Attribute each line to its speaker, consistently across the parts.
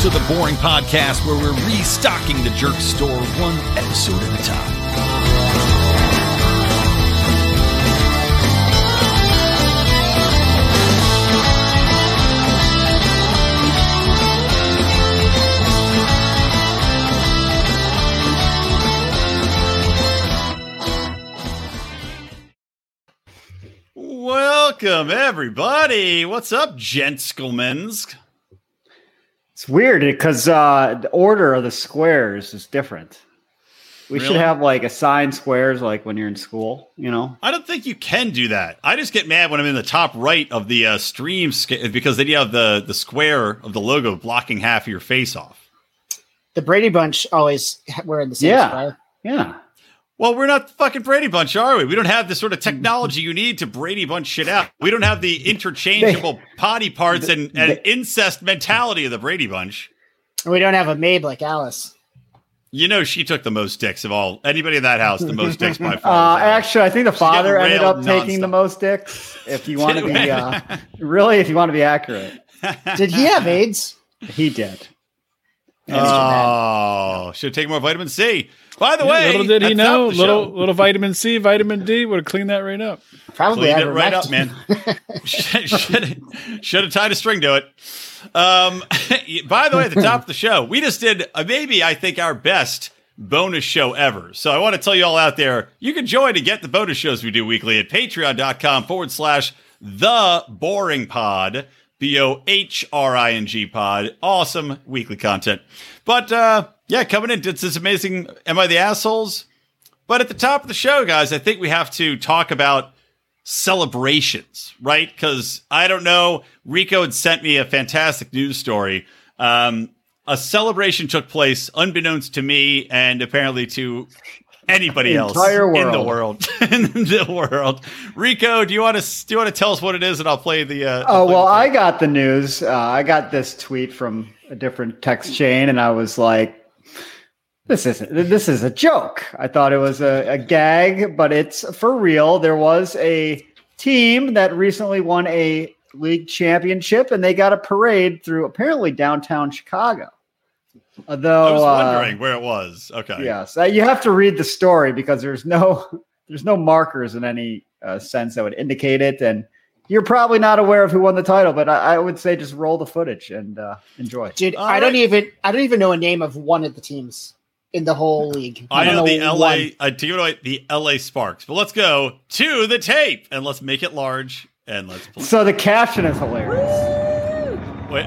Speaker 1: to the Boring Podcast, where we're restocking the jerk store one episode at a time. Welcome, everybody. What's up, gentsklemans?
Speaker 2: It's weird because uh, the order of the squares is different. We should
Speaker 1: Really?
Speaker 2: have like assigned squares, like when you're in school, you know.
Speaker 1: I don't think you can do that. I just get mad when I'm in the top right of the uh, stream sca- because then you have the the square of the logo blocking half of your face off.
Speaker 3: the Brady Bunch always ha- were in the same
Speaker 2: Yeah.
Speaker 3: spot.
Speaker 2: Yeah,
Speaker 1: Well, we're not the fucking Brady Bunch, are we? We don't have the sort of technology you need to Brady Bunch shit out. We don't have the interchangeable potty parts and, and incest mentality of the Brady Bunch.
Speaker 3: And we don't have a maid like Alice.
Speaker 1: You know, she took the most dicks of all anybody in that house. The most dicks by
Speaker 2: uh,
Speaker 1: far.
Speaker 2: actually, I think the father ended up
Speaker 1: railed
Speaker 2: taking the
Speaker 1: nonstop.
Speaker 2: most dicks. If you want to be uh, really, if you want to be accurate,
Speaker 3: Did he have AIDS?
Speaker 2: he did.
Speaker 1: oh, should take more vitamin C. By the
Speaker 4: Yeah,
Speaker 1: way,
Speaker 4: little did he
Speaker 1: that's
Speaker 4: know,
Speaker 1: not the
Speaker 4: little
Speaker 1: show.
Speaker 4: little vitamin C, vitamin D would have cleaned that right up.
Speaker 3: Probably
Speaker 1: Cleaned
Speaker 3: had
Speaker 1: it right up,
Speaker 3: ivermectin.
Speaker 1: man. should, should, should have tied a string to it. Um, by the way, at the top of the show, we just did uh, maybe I think our best bonus show ever. So I want to tell you all out there, you can join and get the bonus shows we do weekly at patreon.com forward slash the boring pod. B O H R I N G pod. Awesome weekly content. But uh, yeah, coming in, did this amazing Am I the Assholes? But at the top of the show, guys, I think we have to talk about celebrations, right? Because I don't know, Rico had sent me a fantastic news story. Um, a celebration took place, unbeknownst to me, and apparently to anybody else
Speaker 2: Entire
Speaker 1: in the
Speaker 2: world.
Speaker 1: world. in the world, Rico, do you want to do you want to tell us what it is, and I'll play the. Uh, I'll
Speaker 2: Oh
Speaker 1: play
Speaker 2: well,
Speaker 1: the-
Speaker 2: I got the news. Uh, I got this tweet from a different text chain, and I was like, "This isn't. This is a joke." I thought it was a, a gag, but it's for real. There was a team that recently won a league championship, and they got a parade through apparently downtown Chicago. Although,
Speaker 1: I was
Speaker 2: uh,
Speaker 1: wondering where it was. Okay.
Speaker 2: Yes, Uh, you have to read the story because there's no there's no markers in any uh, sense that would indicate it, and you're probably not aware of who won the title. But I, I would say just roll the footage and uh, enjoy.
Speaker 3: Dude,
Speaker 1: All
Speaker 3: I don't
Speaker 1: right.
Speaker 3: even I don't even know a name of one of the teams in the whole league.
Speaker 1: I
Speaker 3: don't
Speaker 1: know the uh,
Speaker 3: one.
Speaker 1: LA. I do know the LA Sparks, but let's go to the tape and let's make it large and let's play.
Speaker 2: So the caption is hilarious.
Speaker 1: Wait,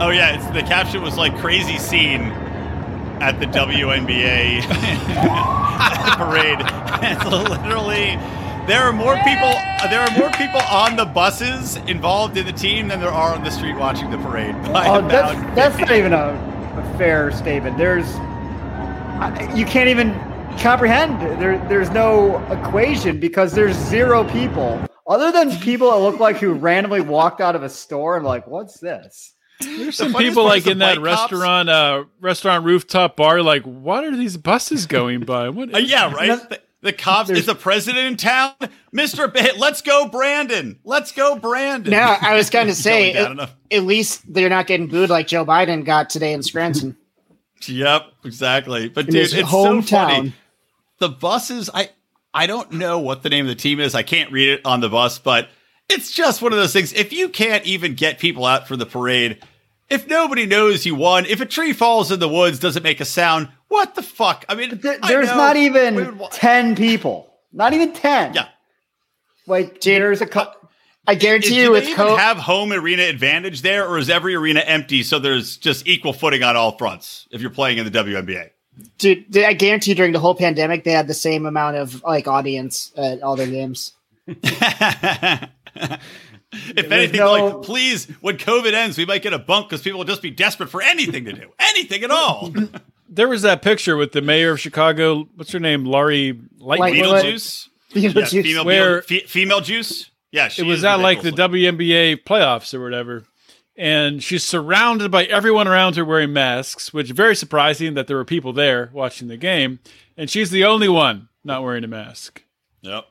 Speaker 1: oh yeah, it's, the caption was like crazy scene at the WNBA parade. It's literally, there are more people. uh, There are more people on the buses involved in the team than there are on the street watching the parade. by
Speaker 2: Oh,
Speaker 1: about-
Speaker 2: that's that's not even a, a fair statement. There's I, you can't even comprehend. There there's no equation because there's zero people other than people that look like who randomly walked out of a store and like, what's this?
Speaker 4: There's some
Speaker 1: funniest
Speaker 4: people
Speaker 1: part
Speaker 4: like
Speaker 1: is the
Speaker 4: in that
Speaker 1: white cops-
Speaker 4: restaurant, uh, restaurant rooftop bar. Like, what are these buses going by? What?
Speaker 1: Uh, yeah, right.
Speaker 2: Noth-
Speaker 1: The, the cops is the president in town, Mister. B- Let's go, Brandon. Let's go, Brandon.
Speaker 3: No, I was going to say,
Speaker 1: down
Speaker 3: at,
Speaker 1: enough.
Speaker 3: at least they're not getting booed like Joe Biden got today in Scranton.
Speaker 1: Yep, exactly. But
Speaker 3: In
Speaker 1: dude,
Speaker 3: his
Speaker 1: it's so funny.
Speaker 3: hometown.
Speaker 1: The buses, I I don't know what the name of the team is. I can't read it on the bus, but it's just one of those things. If you can't even get people out for the parade, if nobody knows you won, if a tree falls in the woods, doesn't make a sound. What the fuck? I mean,
Speaker 2: Th-
Speaker 1: I
Speaker 2: there's
Speaker 1: know
Speaker 2: not
Speaker 1: we would
Speaker 2: even
Speaker 1: wa-
Speaker 2: 10 people. Not even 10.
Speaker 1: Yeah. Uh,
Speaker 2: Like,
Speaker 3: Dude,
Speaker 2: there's a couple.
Speaker 3: I guarantee
Speaker 1: Do
Speaker 3: you,
Speaker 1: they
Speaker 3: if
Speaker 1: even
Speaker 3: co-
Speaker 1: have home arena advantage there, or is every arena empty so there's just equal footing on all fronts if you're playing in the WNBA?
Speaker 3: dude, I guarantee during the whole pandemic they had the same amount of like audience at all their games.
Speaker 1: if anything,
Speaker 2: no-
Speaker 1: like please, when COVID ends, we might get a bump because people will just be desperate for anything to do, anything at all.
Speaker 4: There was that picture with the mayor of Chicago. What's her name? Laurie Lightfoot.
Speaker 3: Lightfoot.
Speaker 1: Beetlejuice,
Speaker 3: You know,
Speaker 1: yeah,
Speaker 3: dude,
Speaker 1: female,
Speaker 4: Where-
Speaker 1: Beetle- fe- female juice. Yeah, she
Speaker 4: it was
Speaker 1: is
Speaker 4: at like the
Speaker 1: ridiculous.
Speaker 4: WNBA playoffs or whatever. And she's surrounded by everyone around her wearing masks, which is very surprising that there were people there watching the game. And she's the only one not wearing a mask.
Speaker 1: Yep.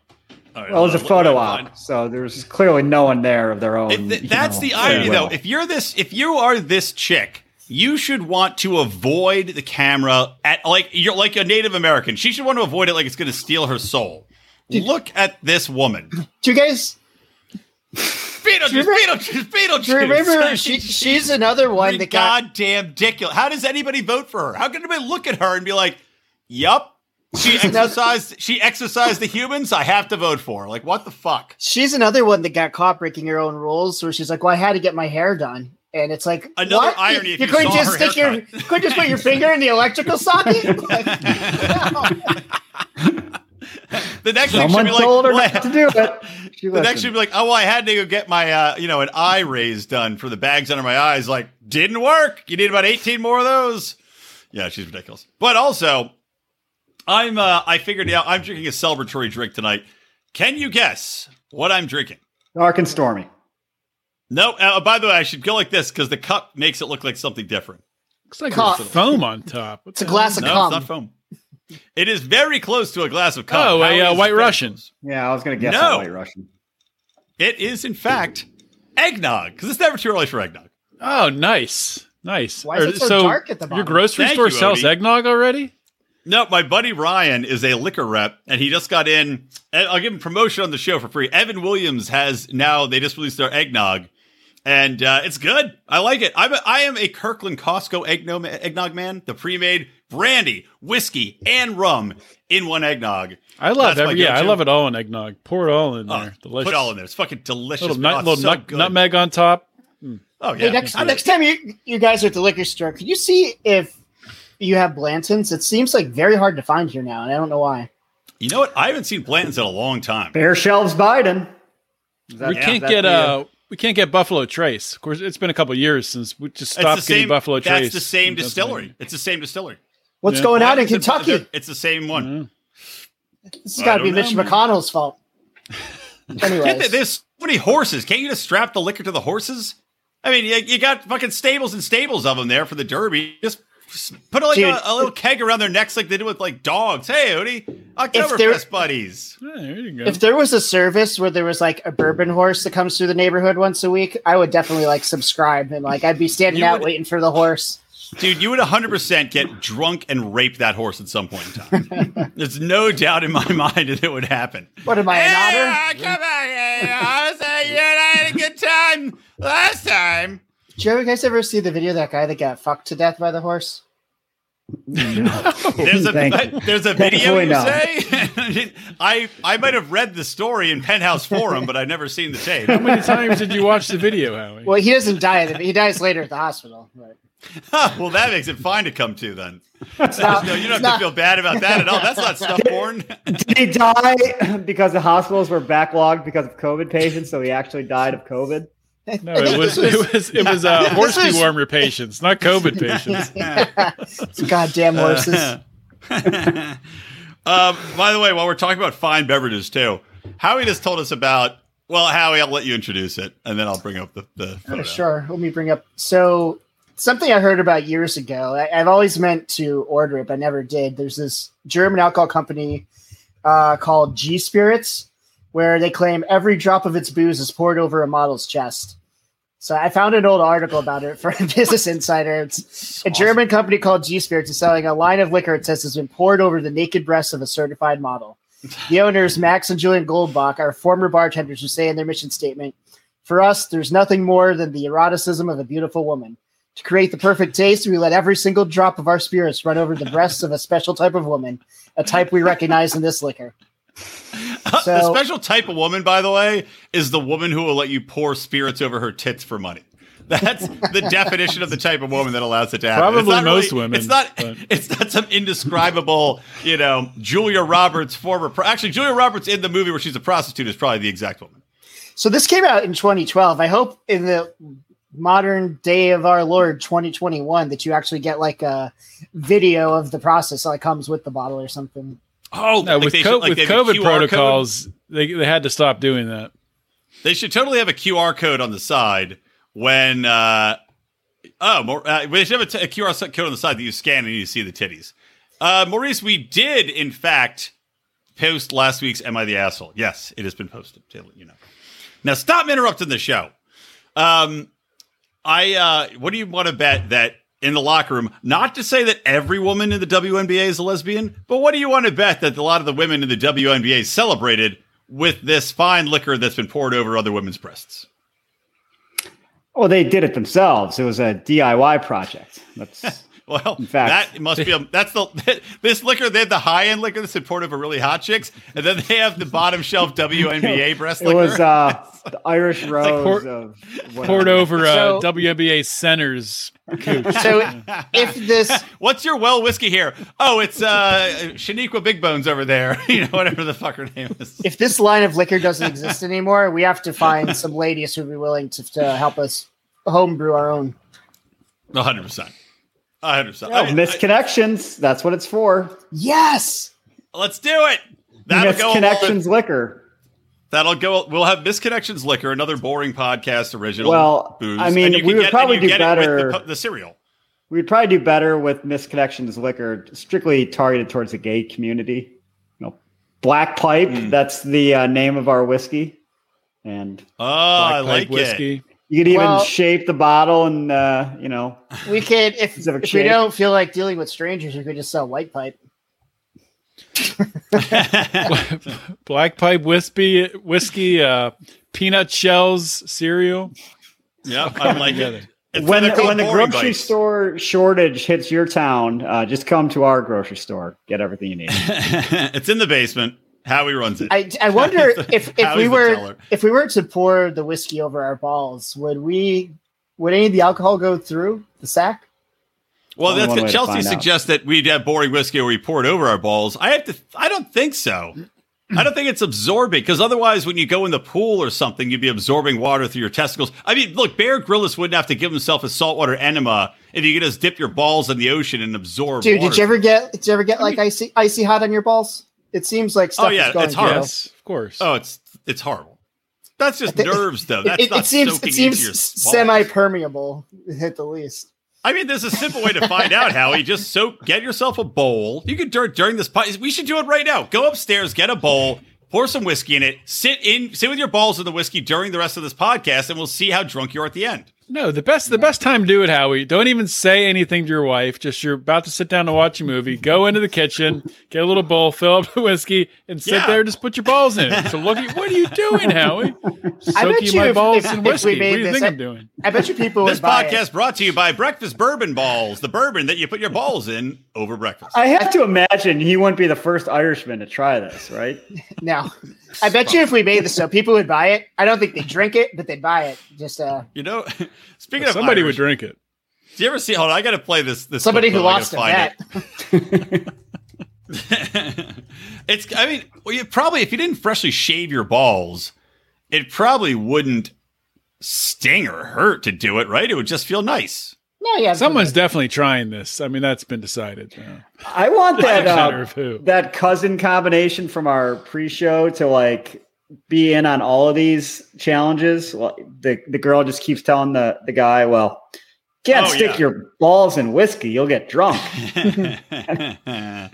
Speaker 1: All right,
Speaker 2: Well, it was a
Speaker 1: uh,
Speaker 2: photo
Speaker 1: fine.
Speaker 2: op. So there's clearly no one there of their own.
Speaker 1: If th-
Speaker 2: you
Speaker 1: that's
Speaker 2: know,
Speaker 1: the irony,
Speaker 2: goodwill.
Speaker 1: though. If you're this, if you are this chick you should want to avoid the camera at like you're like a Native American. She should want to avoid it like it's going to steal her soul. Look at this woman.
Speaker 3: Do you guys
Speaker 1: Beetlejuice, Beetlejuice,
Speaker 3: do you
Speaker 1: Beetlejuice.
Speaker 3: remember? She, she's another one
Speaker 1: the
Speaker 3: that got.
Speaker 1: goddamn ridiculous. How does anybody vote for her? How can anybody look at her and be like, "Yup, she exercised. she exercised the humans. I have to vote for." her. Like, what the fuck?
Speaker 3: She's another one that got caught breaking her own rules, where she's like, "Well, I had to get my hair done," and it's like
Speaker 1: Another
Speaker 3: what?
Speaker 1: irony
Speaker 3: You,
Speaker 1: if
Speaker 3: you
Speaker 1: you
Speaker 3: couldn't
Speaker 1: saw
Speaker 3: just
Speaker 1: her
Speaker 3: stick
Speaker 1: haircut.
Speaker 3: your, you couldn't just put your finger in the electrical socket. Like, no.
Speaker 1: The next
Speaker 2: Someone
Speaker 1: thing she'll be
Speaker 2: told
Speaker 1: like,
Speaker 2: her
Speaker 1: "Well,
Speaker 2: not to do it. She
Speaker 1: The next
Speaker 2: listened.
Speaker 1: she'd be like, "Oh, well, I had to go get my, uh, you know, an eye raise done for the bags under my eyes. Like, didn't work. You need about eighteen more of those." Yeah, she's ridiculous. But also, I'm, uh, I figured out I'm drinking a celebratory drink tonight. Can you guess what I'm drinking?
Speaker 2: Dark and stormy.
Speaker 1: No. Uh, by the way, I should go like this because the cup makes it look like something different.
Speaker 4: Looks like
Speaker 3: Cough.
Speaker 4: there's foam on top. What
Speaker 3: It's a
Speaker 4: the hell?
Speaker 3: glass of
Speaker 1: no,
Speaker 3: cum.
Speaker 1: it's not foam. It is very close to a glass of cum.
Speaker 4: Oh, a,
Speaker 1: How
Speaker 4: uh,
Speaker 1: is
Speaker 4: White
Speaker 1: it very
Speaker 4: Russian.
Speaker 1: close?
Speaker 2: Yeah, I was gonna guess
Speaker 1: No.
Speaker 2: on White Russian.
Speaker 1: It is, in fact, eggnog because it's never too early for eggnog.
Speaker 4: Oh, nice, nice.
Speaker 3: Why is
Speaker 4: Or-
Speaker 3: it so dark at the
Speaker 4: Your
Speaker 3: bottom?
Speaker 4: grocery
Speaker 1: Thank
Speaker 4: store
Speaker 1: you,
Speaker 4: sells
Speaker 1: Odie.
Speaker 4: eggnog already?
Speaker 1: No, my buddy Ryan is a liquor rep, and he just got in. And I'll give him promotion on the show for free. Evan Williams has now they just released their eggnog, and uh, it's good. I like it. I'm a, I am a Kirkland Costco eggnog, eggnog man. The pre-made brandy, whiskey, and rum in one eggnog.
Speaker 4: I love
Speaker 1: That's my
Speaker 4: every. Yeah, I
Speaker 1: go-to.
Speaker 4: love it all in eggnog. Pour it all in
Speaker 1: Oh,
Speaker 4: there. Delicious.
Speaker 1: Put it all in there. It's fucking delicious.
Speaker 4: Little,
Speaker 1: Oh,
Speaker 4: nut,
Speaker 1: it's
Speaker 4: little
Speaker 1: so
Speaker 4: nut-
Speaker 1: good.
Speaker 4: nutmeg on top.
Speaker 1: Oh yeah.
Speaker 3: Hey, next
Speaker 1: It's good.
Speaker 3: next time you you guys are at the liquor store, could you see if you have Blantons? It seems like very hard to find here now, and I don't know why.
Speaker 1: you know what? I haven't seen Blanton's in a long time.
Speaker 2: Fair shelves, Biden. Is that-
Speaker 4: we
Speaker 2: yeah,
Speaker 4: can't
Speaker 2: is that
Speaker 4: get
Speaker 2: the,
Speaker 4: uh, we can't get Buffalo Trace. Of course, it's been a couple years since we just
Speaker 1: It's the
Speaker 4: stopped getting
Speaker 1: same.
Speaker 4: Buffalo Trace.
Speaker 1: That's the same
Speaker 4: in Pennsylvania.
Speaker 1: distillery. It's the same distillery.
Speaker 3: What's
Speaker 4: Yeah.
Speaker 3: going on in
Speaker 1: It's a-
Speaker 3: Kentucky?
Speaker 1: It's the same one.
Speaker 4: Mm-hmm.
Speaker 3: this
Speaker 1: I
Speaker 3: has got to be
Speaker 1: don't know,
Speaker 3: Mitch
Speaker 1: man.
Speaker 3: McConnell's fault.
Speaker 1: Get that,
Speaker 3: Anyways,
Speaker 1: there's so many horses. Can't you just strap the liquor to the horses? I mean, you, you got fucking stables and stables of them there for the Derby. Just put like
Speaker 3: Dude.
Speaker 1: a, a little keg around their necks, like they do with like dogs. Hey, Odie,
Speaker 3: there-
Speaker 1: Oktoberfest buddies.
Speaker 4: Yeah, there you go.
Speaker 1: Mm-hmm.
Speaker 3: if there was a service where there was like a bourbon horse that comes through the neighborhood once a week, I would definitely like subscribe and like I'd be standing
Speaker 1: You
Speaker 3: out
Speaker 1: would-
Speaker 3: waiting for the horse.
Speaker 1: Dude, you would 100% get drunk and rape that horse at some point in time. There's no doubt in my mind that it would happen.
Speaker 3: What am I, an otter?
Speaker 1: Hey, uh, come on. hey, uh, I was, uh, you and I had a good time last time.
Speaker 3: Did you ever- guys ever see the video of that guy that got fucked to death by the horse?
Speaker 1: There's a
Speaker 2: Thank
Speaker 1: there's a video
Speaker 2: Thankfully
Speaker 1: you
Speaker 2: not.
Speaker 1: say. I I might have read the story in Penthouse Forum, but I've never seen the tape.
Speaker 4: How many times did you watch the video, Howie?
Speaker 3: Well, he doesn't die. at the- He dies later at the hospital. Right.
Speaker 1: well, that makes it fine to come to then. no, you don't have to feel bad about that at all. That's not stuff porn.
Speaker 2: Did he die because the hospitals were backlogged because of COVID patients? So he actually died of COVID.
Speaker 4: No, it was it was it was uh, horse
Speaker 3: This is-
Speaker 4: dewormer patients, not COVID patients.
Speaker 3: It's goddamn horses.
Speaker 1: Uh, um, by the way, while we're talking about fine beverages too, Howie just told us about. Well, Howie, I'll let you introduce it, and then I'll bring up the the photo.
Speaker 3: Oh, sure. Let me bring up. So something I heard about years ago. I, I've always meant to order it, but I never did. There's this German alcohol company uh, called G Spirits, where they claim every drop of its booze is poured over a model's chest. So I found an old article about it from Business Insider. It's a German company called G Spirits is selling a line of liquor it says has been poured over the naked breasts of a certified model. The owners, Max and Julian Goldbach, are former bartenders who say in their mission statement, for us, there's nothing more than the eroticism of a beautiful woman. To create the perfect taste, we let every single drop of our spirits run over the breasts of a special type of woman, a type we recognize in this liquor.
Speaker 1: the
Speaker 3: So-
Speaker 1: special type of woman, by the way, is the woman who will let you pour spirits over her tits for money. That's the definition of the type of woman that allows it to happen. It's
Speaker 4: Probably
Speaker 1: not
Speaker 4: most women,
Speaker 1: It's not.
Speaker 4: but-
Speaker 1: It's not some indescribable, you know, Julia Roberts former. Pro- Actually, Julia Roberts in the movie where she's a prostitute is probably the exact woman.
Speaker 3: So this came out in 2012. I hope in the modern day of our Lord 2021 that you actually get like a video of the process that comes with the bottle or something.
Speaker 1: Oh,
Speaker 4: No,
Speaker 1: like
Speaker 4: with,
Speaker 1: they
Speaker 4: co-
Speaker 1: should- like
Speaker 4: with
Speaker 1: they have a QR
Speaker 4: COVID
Speaker 1: code.
Speaker 4: protocols, they they had to stop doing that.
Speaker 1: They should totally have a QR code on the side when. Uh, oh, more, uh, they should have a, t- a QR s- code on the side that you scan and you see the titties. Uh, Maurice, we did in fact post last week's "Am I the asshole?" Yes, it has been posted. to let You know. Now stop interrupting the show. Um, I uh, what do you want to bet that in the locker room. Not to say that every woman in the WNBA is a lesbian, but what do you want to bet that a lot of the women in the WNBA celebrated with this fine liquor that's been poured over other women's breasts?
Speaker 2: Well, they did it themselves. It was a DIY project. That's
Speaker 1: Well,
Speaker 2: In fact-
Speaker 1: that must be a, that's the this liquor. They have the high end liquor that's in support of really hot chicks, and then they have the bottom shelf WNBA breast
Speaker 2: it
Speaker 1: liquor.
Speaker 2: was uh, the Irish rose
Speaker 4: poured-
Speaker 2: of whatever.
Speaker 4: poured over uh,
Speaker 3: So-
Speaker 4: WNBA centers. Cooch.
Speaker 3: So if this
Speaker 1: What's your well whiskey here? Oh, it's uh Shaniqua Big Bones over there. You know, whatever the fuck her name is.
Speaker 3: if this line of liquor doesn't exist anymore, we have to find some ladies who'd be willing to, to help us homebrew our own.
Speaker 1: One hundred percent. One hundred percent.
Speaker 2: Oh, misconnections. That's what it's for.
Speaker 3: Yes.
Speaker 1: Let's do it. That'll go. along with-
Speaker 2: Misconnections liquor.
Speaker 1: That'll go. We'll have misconnections liquor, another boring podcast original.
Speaker 2: Well,
Speaker 1: booze.
Speaker 2: I mean,
Speaker 1: And you
Speaker 2: we
Speaker 1: can
Speaker 2: would
Speaker 1: get- and
Speaker 2: probably
Speaker 1: you
Speaker 2: do
Speaker 1: get it with the
Speaker 2: better-
Speaker 1: po- the cereal.
Speaker 2: We'd probably do better with misconnections liquor, strictly targeted towards the gay community. You know, Black Pipe.
Speaker 1: Hmm.
Speaker 2: That's the uh, name of our whiskey, and
Speaker 1: Oh, I like
Speaker 4: Black Pipe
Speaker 1: it.
Speaker 2: you could even
Speaker 3: Well-
Speaker 2: shape the bottle, and uh, you know,
Speaker 3: We could if,
Speaker 2: Specific
Speaker 3: if we
Speaker 2: shape.
Speaker 3: don't feel like dealing with strangers, we could just sell white pipe.
Speaker 4: Black pipe whiskey, whiskey, uh, peanut shells, cereal.
Speaker 1: yep, I like it.
Speaker 4: together.
Speaker 1: It's
Speaker 2: when
Speaker 1: they're called
Speaker 2: when the
Speaker 1: boring
Speaker 2: grocery
Speaker 1: bites.
Speaker 2: store shortage hits your town, uh, just come to our grocery store, get everything you need.
Speaker 1: it's in the basement. Howie runs it.
Speaker 3: I, I wonder if if
Speaker 1: Howie's
Speaker 3: we
Speaker 1: the
Speaker 3: were
Speaker 1: teller.
Speaker 3: if we were to pour the whiskey over our balls, would we would any of the alcohol go through the sack?
Speaker 1: Well,
Speaker 2: Only
Speaker 1: that's
Speaker 2: one way
Speaker 1: good.
Speaker 2: to
Speaker 1: Chelsea
Speaker 2: find out.
Speaker 1: suggests that we'd have boring whiskey where we pour it over our balls. I have to. I don't think so. I don't think it's absorbing because otherwise, when you go in the pool or something, you'd be absorbing water through your testicles. I mean, look, Bear Grylls wouldn't have to give himself a saltwater enema if you could just dip your balls in the ocean and absorb.
Speaker 3: Dude,
Speaker 1: water.
Speaker 3: did you ever get did you ever get like icy icy hot on your balls? It seems like stuff
Speaker 1: Oh, yeah,
Speaker 3: is going
Speaker 1: it's
Speaker 3: through.
Speaker 1: hard.
Speaker 4: Yes, of course.
Speaker 1: Oh, it's it's horrible. That's just
Speaker 3: I think-
Speaker 1: nerves, though.
Speaker 3: It,
Speaker 1: That's
Speaker 3: it,
Speaker 1: not
Speaker 3: it seems
Speaker 1: soaking
Speaker 3: it
Speaker 1: into your
Speaker 3: seems
Speaker 1: balls.
Speaker 3: semi permeable at the least.
Speaker 1: I mean, there's a simple way to find out, Howie. Just soak, get yourself a bowl. You could during during this podcast. We should do it right now. Go upstairs, get a bowl, pour some whiskey in it, sit in, sit with your balls in the whiskey during the rest of this podcast, and we'll see how drunk you are at the end.
Speaker 4: No, the best the best time to do it, Howie. Don't even say anything to your wife. Just you're about to sit down to watch a movie. Go into the kitchen, get a little bowl, fill up the whiskey, and sit
Speaker 1: Yeah.
Speaker 4: there. Just put your balls in it. So look at what are you doing, Howie?
Speaker 3: bet
Speaker 4: Soaking
Speaker 3: you
Speaker 4: my
Speaker 3: if-
Speaker 4: balls
Speaker 3: if-
Speaker 4: in
Speaker 3: if we
Speaker 4: whiskey.
Speaker 3: made
Speaker 4: What do you
Speaker 3: this
Speaker 4: think
Speaker 3: a-
Speaker 4: I'm doing?
Speaker 3: I bet you people would
Speaker 1: this
Speaker 3: buy
Speaker 1: podcast
Speaker 3: it.
Speaker 1: brought to you by Breakfast Bourbon Balls, the bourbon that you put your balls in over breakfast.
Speaker 2: I have to imagine he wouldn't be the first Irishman to try this, right?
Speaker 3: No, I bet you if we made this, so people would buy it. I don't think they drink it, but they'd buy it. Just uh,
Speaker 1: You know, speaking of
Speaker 4: Somebody would
Speaker 1: Irish,
Speaker 4: drink it.
Speaker 1: Do you ever see? Hold on, I got to play this. This
Speaker 3: somebody
Speaker 1: clip,
Speaker 3: who
Speaker 1: though. I gotta
Speaker 3: lost a
Speaker 1: find it.
Speaker 3: bet.
Speaker 1: it's I mean, well, you probably if you didn't freshly shave your balls, it probably wouldn't sting or hurt to do it, right? It would just feel nice.
Speaker 3: No, yeah,
Speaker 4: Someone's definitely trying this. I mean, that's been decided. now.
Speaker 2: I want that
Speaker 4: Doesn't matter
Speaker 2: uh,
Speaker 4: of who.
Speaker 2: that cousin combination from our pre-show to like be in on all of these challenges. Well, the the girl just keeps telling the the guy, "Well, can't
Speaker 1: Oh,
Speaker 2: stick
Speaker 1: yeah.
Speaker 2: your balls in whiskey; you'll get drunk."
Speaker 1: yeah,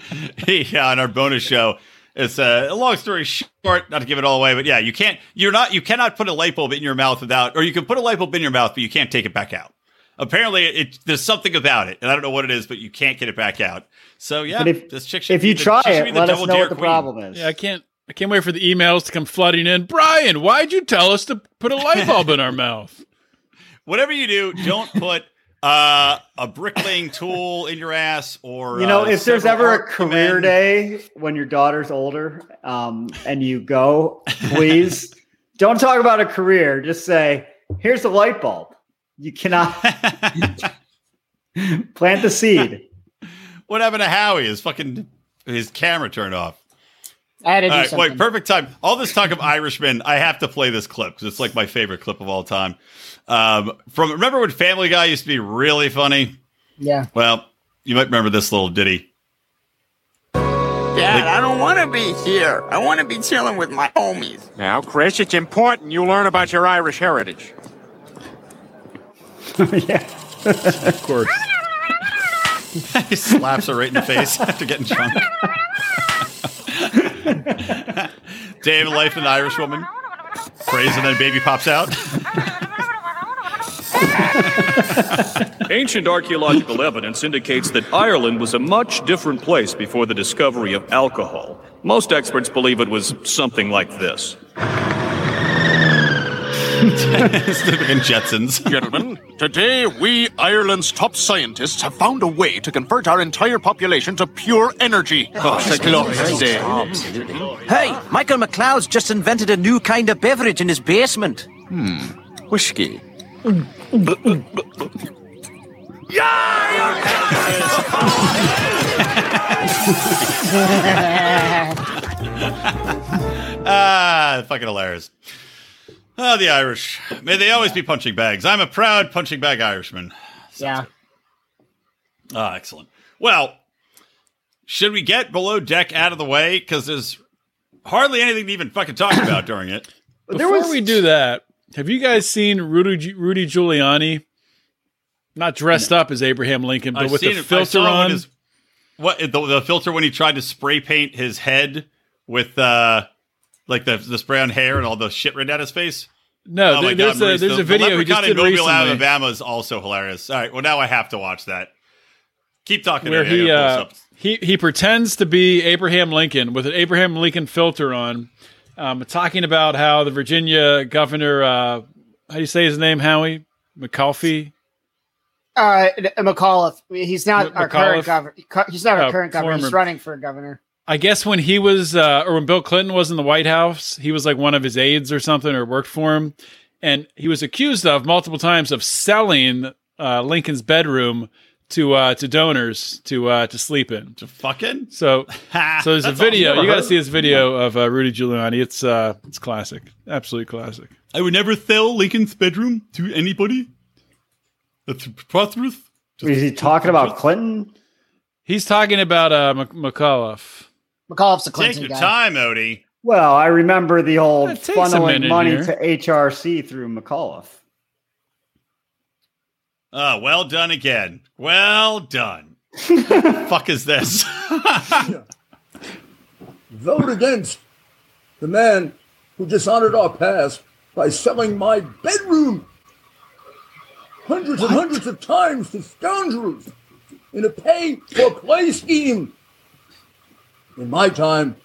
Speaker 1: on our bonus show. It's uh, a long story short, not to give it all away, but yeah, you can't, you're not, you cannot put a light bulb in your mouth without, or you can put a light bulb in your mouth, but you can't take it back out. Apparently, it, there's something about it, and I don't know what it is, but you can't get it back out. So yeah,
Speaker 2: But if-
Speaker 1: this chick should
Speaker 2: if
Speaker 1: be
Speaker 2: you
Speaker 1: the-
Speaker 2: try
Speaker 1: she should be
Speaker 2: it,
Speaker 1: the
Speaker 2: let us
Speaker 1: Double
Speaker 2: know
Speaker 1: Dare
Speaker 2: what the
Speaker 1: queen.
Speaker 2: problem is.
Speaker 4: Yeah, I can't. I can't wait for the emails to come flooding in. Brian, why'd you tell us to put a light bulb in our mouth?
Speaker 1: whatever you do, don't put uh, a bricklaying tool in your ass or
Speaker 2: you know,
Speaker 1: uh,
Speaker 2: if there's
Speaker 1: several
Speaker 2: ever a
Speaker 1: arc
Speaker 2: career
Speaker 1: men.
Speaker 2: day when your daughter's older um, and you go, please don't talk about a career. Just say, here's the light bulb. You cannot plant the seed.
Speaker 1: what happened to Howie? His fucking his camera turned off.
Speaker 3: I had to do
Speaker 1: All right,
Speaker 3: something.
Speaker 1: wait, perfect time. All this talk of Irishmen, I have to play this clip because it's like my favorite clip of all time. Um, from remember when Family Guy used to be really funny?
Speaker 3: Yeah,
Speaker 1: Well, you might remember this little ditty.
Speaker 5: Dad, I don't want to be here. I want to be chilling with my homies.
Speaker 6: Now, Chris, it's important you learn about your Irish heritage.
Speaker 2: yeah.
Speaker 4: Of course.
Speaker 1: he slaps her right in the face after getting drunk. David Life, an Irish woman, prays, and then baby pops out.
Speaker 7: Ancient archaeological evidence indicates that Ireland was a much different place before the discovery of alcohol. Most experts believe it was something like this.
Speaker 1: It's the fucking Jetsons.
Speaker 6: Gentlemen, today we, Ireland's top scientists, have found a way to convert our entire population to pure energy. Oh, it's a glorious day.
Speaker 8: Hey, Michael McLeod's just invented a new kind of beverage in his basement.
Speaker 5: Whiskey.
Speaker 1: Ah, fucking hilarious. Oh, the Irish. May they always be punching bags. I'm a proud punching bag Irishman.
Speaker 3: Yeah.
Speaker 1: Ah, excellent. Well, should we get below deck out of the way? Because there's hardly anything to even fucking talk about during it.
Speaker 4: Before we do that, have you guys seen Rudy, Gi- Rudy Giuliani? Not dressed up as Abraham Lincoln, but
Speaker 1: I've
Speaker 4: with
Speaker 1: seen
Speaker 4: the
Speaker 1: it. I
Speaker 4: filter
Speaker 1: saw when
Speaker 4: on.
Speaker 1: his- what the, the filter when he tried to spray paint his head with uh like the the spray on hair and all the shit written out his face.
Speaker 4: no, Oh, there- there's
Speaker 1: Oh Maurice,
Speaker 4: a there's
Speaker 1: the-
Speaker 4: a video
Speaker 1: the
Speaker 4: he
Speaker 1: Leprechaun
Speaker 4: just did
Speaker 1: in Mobile,
Speaker 4: recently
Speaker 1: Alabama is also hilarious. All right, well now I have to watch that. Keep talking.
Speaker 4: where
Speaker 1: Eddie,
Speaker 4: he
Speaker 1: I gotta
Speaker 4: uh,
Speaker 1: pull this up.
Speaker 4: he he pretends to be Abraham Lincoln with an Abraham Lincoln filter on, um, talking about how the Virginia governor, uh, how do you say his name, Howie McAuliffe?
Speaker 3: Uh, McAuliffe. He's not our current
Speaker 4: McAuliffe?
Speaker 3: governor. He's not our
Speaker 4: Oh,
Speaker 3: current governor. He's
Speaker 4: former.
Speaker 3: running for governor.
Speaker 4: I guess when he was, uh, or when Bill Clinton was in the White House, he was like one of his aides or something, or worked for him, and he was accused of multiple times of selling uh, Lincoln's bedroom to uh, to donors to uh, to sleep in.
Speaker 1: To fucking.
Speaker 4: So, so there's a
Speaker 1: That's all I've
Speaker 4: video.
Speaker 1: ever
Speaker 4: You got to
Speaker 1: heard.
Speaker 4: see this video of uh, Rudy Giuliani. It's uh, it's classic, absolute classic.
Speaker 1: I would never sell Lincoln's bedroom to anybody. That's prosperous.
Speaker 2: Is he talking about Clinton?
Speaker 4: He's talking about uh, Mc- McAuliffe.
Speaker 3: McAuliffe's a
Speaker 1: Take
Speaker 3: Clinton
Speaker 1: your
Speaker 3: guy.
Speaker 1: time, Odie.
Speaker 2: Well, I remember the old
Speaker 4: That takes a minute
Speaker 2: funneling money
Speaker 4: here.
Speaker 2: to HRC through McAuliffe.
Speaker 1: Ah, well done again. Well done. Fuck is this?
Speaker 9: vote against the man who dishonored our past by selling my bedroom hundreds and hundreds of times to scoundrels in a pay for play scheme. In my time,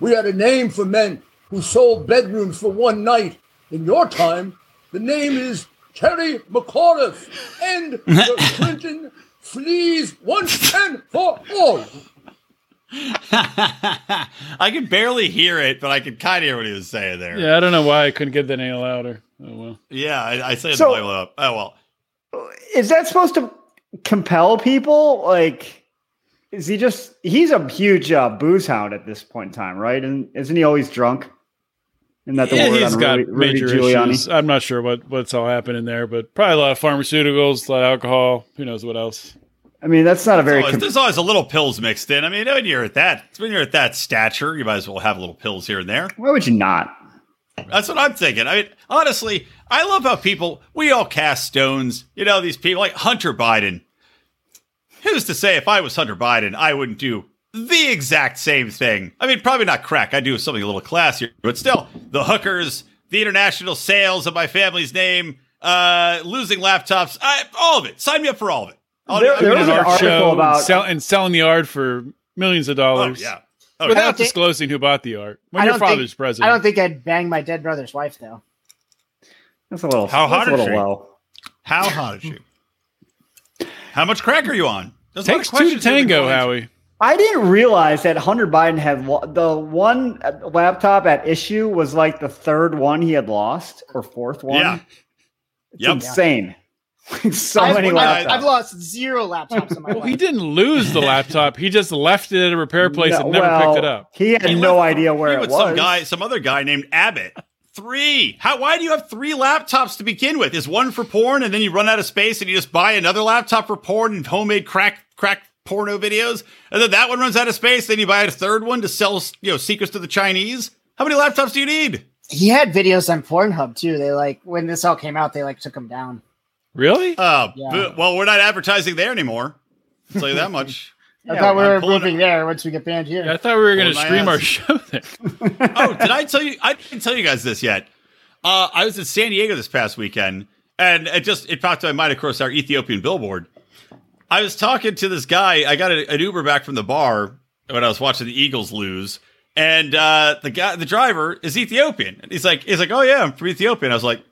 Speaker 9: we had a name for men who sold bedrooms for one night. In your time, the name is Terry McAuliffe and the Clinton flees once and for all.
Speaker 1: I could barely hear it, but I could kind of hear what he was saying there.
Speaker 4: Yeah, I don't know why I couldn't get that any louder. Oh well.
Speaker 1: Yeah, I, I said
Speaker 2: So-
Speaker 1: the Bible up. Oh well.
Speaker 2: Is that supposed to compel people? Like, is he just? He's a huge uh, booze hound at this point in time, right? And isn't he always drunk? Isn't that the
Speaker 4: Yeah,
Speaker 2: word
Speaker 4: he's
Speaker 2: on
Speaker 4: got
Speaker 2: Rudy, Rudy
Speaker 4: major
Speaker 2: Giuliani?
Speaker 4: issues. I'm not sure what what's all happening there, but probably a lot of pharmaceuticals, a lot of alcohol. Who knows what else?
Speaker 2: I mean, that's not a very.
Speaker 1: Always-
Speaker 2: com-
Speaker 1: there's always a little pills mixed in. I mean, when you're at that, when you're at that stature, you might as well have little pills here and there.
Speaker 2: why would you not?
Speaker 1: That's what I'm thinking. I mean, honestly, I love how people we all cast stones. You know, these people like Hunter Biden. Who's to say if I was Hunter Biden, I wouldn't do the exact same thing? I mean, probably not crack. I do something a little classier, but still, the hookers, the international sales of my family's name, uh, losing laptops, I, all of it. Sign me up for all of it. I'll
Speaker 2: There-
Speaker 1: do- I'll
Speaker 2: there
Speaker 4: Did
Speaker 2: was
Speaker 1: do
Speaker 2: an
Speaker 1: it.
Speaker 2: article
Speaker 4: and
Speaker 2: about-
Speaker 4: sell- and selling the art for millions of
Speaker 1: Oh,
Speaker 4: dollars.
Speaker 1: yeah. Oh, yeah.
Speaker 4: Without
Speaker 3: think-
Speaker 4: disclosing who bought the art. When
Speaker 3: I
Speaker 4: your
Speaker 3: don't think-
Speaker 4: father's president.
Speaker 3: I don't think I'd bang my dead brother's wife though.
Speaker 2: That's a little.
Speaker 1: How hot
Speaker 2: that's a
Speaker 1: is
Speaker 2: little
Speaker 1: she?
Speaker 2: low.
Speaker 1: How hot is she? How much crack are you on? There's a lot of
Speaker 4: Takes two to
Speaker 1: questions here we
Speaker 4: tango,
Speaker 1: can answer.
Speaker 4: Howie.
Speaker 2: I didn't realize that Hunter Biden had lo- the one uh, laptop at issue was like the third one he had lost or fourth one.
Speaker 1: Yeah.
Speaker 2: it's
Speaker 1: Yep.
Speaker 2: insane. so
Speaker 3: I've,
Speaker 2: many
Speaker 3: I've-
Speaker 2: laptops.
Speaker 3: I've lost zero laptops in my
Speaker 4: Well, he
Speaker 3: life.
Speaker 4: didn't lose the laptop. He just left it at a repair place
Speaker 2: No,
Speaker 4: and never
Speaker 2: well,
Speaker 4: picked it up.
Speaker 2: He had
Speaker 1: He
Speaker 2: no
Speaker 1: left-
Speaker 2: idea where
Speaker 1: He
Speaker 2: it
Speaker 1: with
Speaker 2: was.
Speaker 1: some guy, some other guy named Abbott. Three. How? Why do you have three laptops to begin with? Is one for porn, and then you run out of space, and you just buy another laptop for porn and homemade crack crack porno videos, and then that one runs out of space, then you buy a third one to sell you know secrets to the Chinese. How many laptops do you need?
Speaker 3: He had videos on Pornhub too. They like when this all came out, they like took him down.
Speaker 4: Really?
Speaker 1: Uh,
Speaker 3: Yeah.
Speaker 1: boo- well, we're not advertising there anymore. I'll tell you that much.
Speaker 3: I thought we
Speaker 1: I'm
Speaker 3: were
Speaker 1: pulling
Speaker 3: moving there once we get banned here.
Speaker 4: I thought we were going to
Speaker 1: Pulling my
Speaker 4: stream our
Speaker 1: ass.
Speaker 4: show there.
Speaker 1: oh, did I tell you? I didn't tell you guys this yet. Uh, I was in San Diego this past weekend, and it just it popped to my mind. Of course, our Ethiopian billboard. I was talking to this guy. I got a, an Uber back from the bar when I was watching the Eagles lose, and uh, the guy, the driver, is Ethiopian. And he's like, he's like, oh yeah, I'm from Ethiopia. And I was like,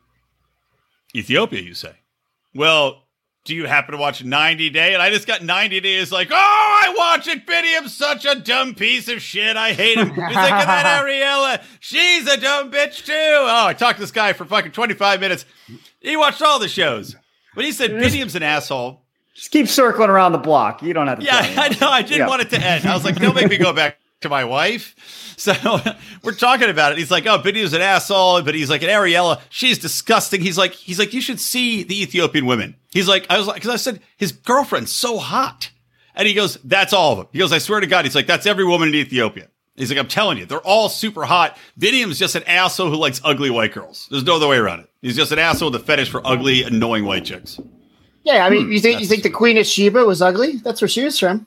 Speaker 1: Ethiopia, you say? Well, do you happen to watch 90 Day? And I just got 90 Day is like, oh, I watch it, Biddy. I'm such a dumb piece of shit. I hate him. He's like, "And that Ariella, she's a dumb bitch too. Oh, I talked to this guy for fucking 25 minutes. He watched all the shows. But he said Bidium's an asshole.
Speaker 2: Just keep circling around the block. You don't have to.
Speaker 1: Yeah,
Speaker 2: tell me.
Speaker 1: I know. I didn't
Speaker 2: Yeah.
Speaker 1: want it to end. I was like, don't make me go back to my wife. So we're talking about it. He's like, oh, Biddy's an asshole, but he's like, an Ariella, she's disgusting. He's like, he's like, you should see the Ethiopian women. He's like, I was like, because I said his girlfriend's so hot, and he goes, that's all of them. He goes, I swear to God, he's like, that's every woman in Ethiopia. He's like, I'm telling you, they're all super hot. Vidium's just an asshole who likes ugly white girls. There's no other way around it. He's just an asshole with a fetish for ugly, annoying white chicks.
Speaker 3: Yeah, I mean, you think you think the Queen of Sheba was ugly? That's where she was from.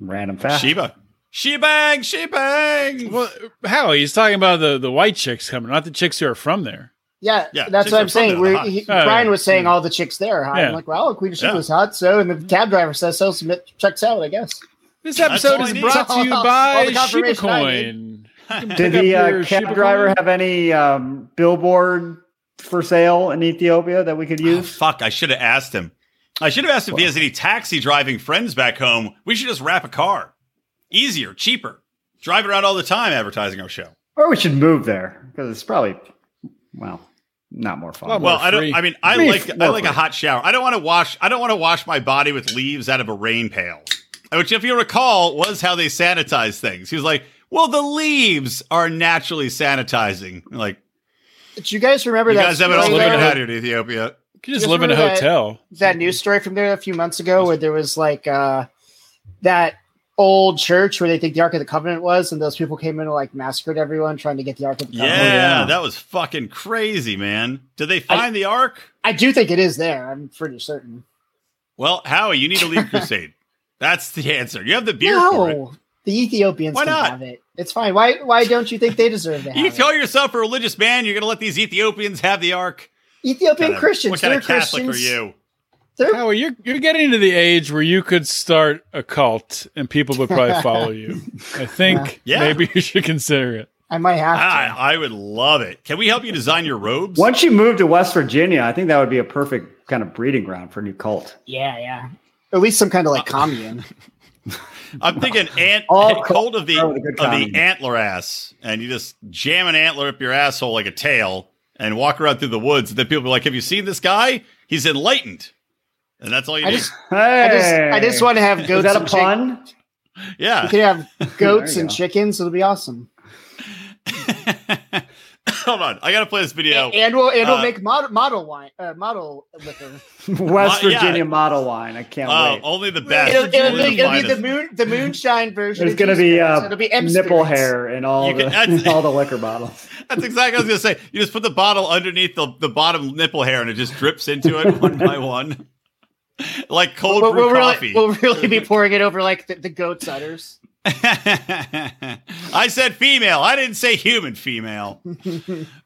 Speaker 2: Random fact.
Speaker 1: Sheba. She bang, she bang.
Speaker 4: Well, how he's talking about the the white chicks coming, not the chicks who are from there.
Speaker 3: Yeah,
Speaker 1: Yeah,
Speaker 3: that's
Speaker 1: chicks
Speaker 3: what
Speaker 1: are
Speaker 3: I'm
Speaker 1: from
Speaker 3: saying.
Speaker 1: there,
Speaker 3: We're,
Speaker 1: hot.
Speaker 3: he,
Speaker 4: Oh,
Speaker 3: Brian
Speaker 4: yeah.
Speaker 3: was saying all the chicks there are hot. I'm
Speaker 4: Yeah. Hmm.
Speaker 3: like, well, Queen of Sheba
Speaker 1: Yeah.
Speaker 3: was hot, so and the cab driver says so. Submit checks out, I guess.
Speaker 4: This
Speaker 1: That's
Speaker 4: episode
Speaker 1: all
Speaker 4: is
Speaker 1: I need.
Speaker 4: brought to you
Speaker 3: All- all
Speaker 4: by
Speaker 3: the confirmation I
Speaker 4: ShebaCoin.
Speaker 2: Did the uh, cab driver have any um, billboard for sale in Ethiopia that we could
Speaker 1: Oh,
Speaker 2: use?
Speaker 1: fuck, I should have asked him. I should have asked if he has any taxi driving friends back home. We should just wrap a car. Easier, cheaper. Drive around all the time advertising our show.
Speaker 2: Or we should move there because it's probably well, not more fun.
Speaker 4: Well,
Speaker 1: Well, I
Speaker 4: free.
Speaker 1: don't I mean I
Speaker 2: Free
Speaker 1: like I like
Speaker 2: free.
Speaker 1: a hot shower. I don't want to wash I don't want to wash my body with leaves out of a rain pail. Which if you recall was how they sanitized things. He was like, "Well, the leaves are naturally sanitizing." I'm like,
Speaker 3: But you guys remember
Speaker 1: you
Speaker 3: that
Speaker 1: guys have it all
Speaker 3: story
Speaker 1: figured
Speaker 3: though?
Speaker 1: out here in Ethiopia.
Speaker 4: You just
Speaker 3: Just
Speaker 4: live in a
Speaker 3: remember that-
Speaker 4: hotel.
Speaker 3: that news story from there a few months ago where there was like uh that old church where they think the Ark of the Covenant was, and those people came in and like massacred everyone trying to get the Ark of the
Speaker 1: Yeah,
Speaker 3: Covenant.
Speaker 4: Oh,
Speaker 1: that was fucking crazy, man. Did they find the ark?
Speaker 3: I do think it is there. I'm pretty certain.
Speaker 1: Well, Howie, you need to leave Crusade. That's the answer. You have the beer for it.
Speaker 3: no, the Ethiopians
Speaker 1: Why
Speaker 3: can
Speaker 1: not?
Speaker 3: have it. It's fine. Why? Why don't you think they deserve to have
Speaker 1: You
Speaker 3: it?
Speaker 1: call yourself a religious man. You're going to let these Ethiopians have the ark.
Speaker 3: Ethiopian
Speaker 1: Kind of-
Speaker 3: Christians.
Speaker 1: What kind
Speaker 3: they're
Speaker 1: of Catholic
Speaker 3: Christians.
Speaker 1: are you?
Speaker 3: They're,
Speaker 4: Howie, you're you're getting to the age where you could start a cult and people would probably follow you. I think
Speaker 1: Yeah.
Speaker 4: maybe you should consider it.
Speaker 3: I might have to.
Speaker 2: Ah.
Speaker 1: I, Ah, I would love it. Can we help you design your robes?
Speaker 2: Once you move to West Virginia, I think that would be a perfect kind of breeding ground for a new cult.
Speaker 3: yeah, yeah. At least some kind of like
Speaker 2: Uh,
Speaker 3: commune.
Speaker 1: I'm thinking ant
Speaker 2: All
Speaker 1: get cold of the
Speaker 2: cults are
Speaker 1: of
Speaker 2: the good
Speaker 1: the
Speaker 2: kind.
Speaker 1: antler ass, and you just jam an antler up your asshole like a tail, and walk around through the woods. And then people are like, "Have you seen this guy? He's enlightened." And that's all you
Speaker 3: I
Speaker 1: need.
Speaker 3: just,
Speaker 2: Hey,
Speaker 3: I just, I just want to have goats.
Speaker 2: Is that a
Speaker 3: and chick-
Speaker 2: pun?
Speaker 1: yeah.
Speaker 3: We could have goats
Speaker 2: There you
Speaker 3: and
Speaker 2: go.
Speaker 3: chickens. It'll be awesome.
Speaker 1: Hold on, I gotta play this video.
Speaker 3: A- and we'll and we'll
Speaker 1: uh,
Speaker 3: make model model wine uh, model liquor.
Speaker 2: West
Speaker 1: Mo- yeah.
Speaker 2: Virginia model wine. I can't
Speaker 1: Oh,
Speaker 2: wait.
Speaker 1: only the best.
Speaker 3: it'll, it'll
Speaker 1: Only
Speaker 3: be, it'll be
Speaker 1: finest.
Speaker 3: the moon the moonshine version.
Speaker 2: There's
Speaker 3: of
Speaker 2: going to
Speaker 3: juice
Speaker 2: be
Speaker 3: spirits.
Speaker 2: uh,
Speaker 3: it'll be M
Speaker 2: nipple
Speaker 3: spirits.
Speaker 2: hair and all
Speaker 1: You
Speaker 2: the
Speaker 1: can- that's-
Speaker 2: all the liquor bottles.
Speaker 1: That's exactly what I was going to say. You just put the bottle underneath the, the bottom nipple hair and it just drips into it one by one. Like cold
Speaker 3: We'll,
Speaker 1: brew
Speaker 3: we'll really
Speaker 1: coffee.
Speaker 3: we'll really be pouring it over like the, the goat's udders.
Speaker 1: I said female. I didn't say human female. All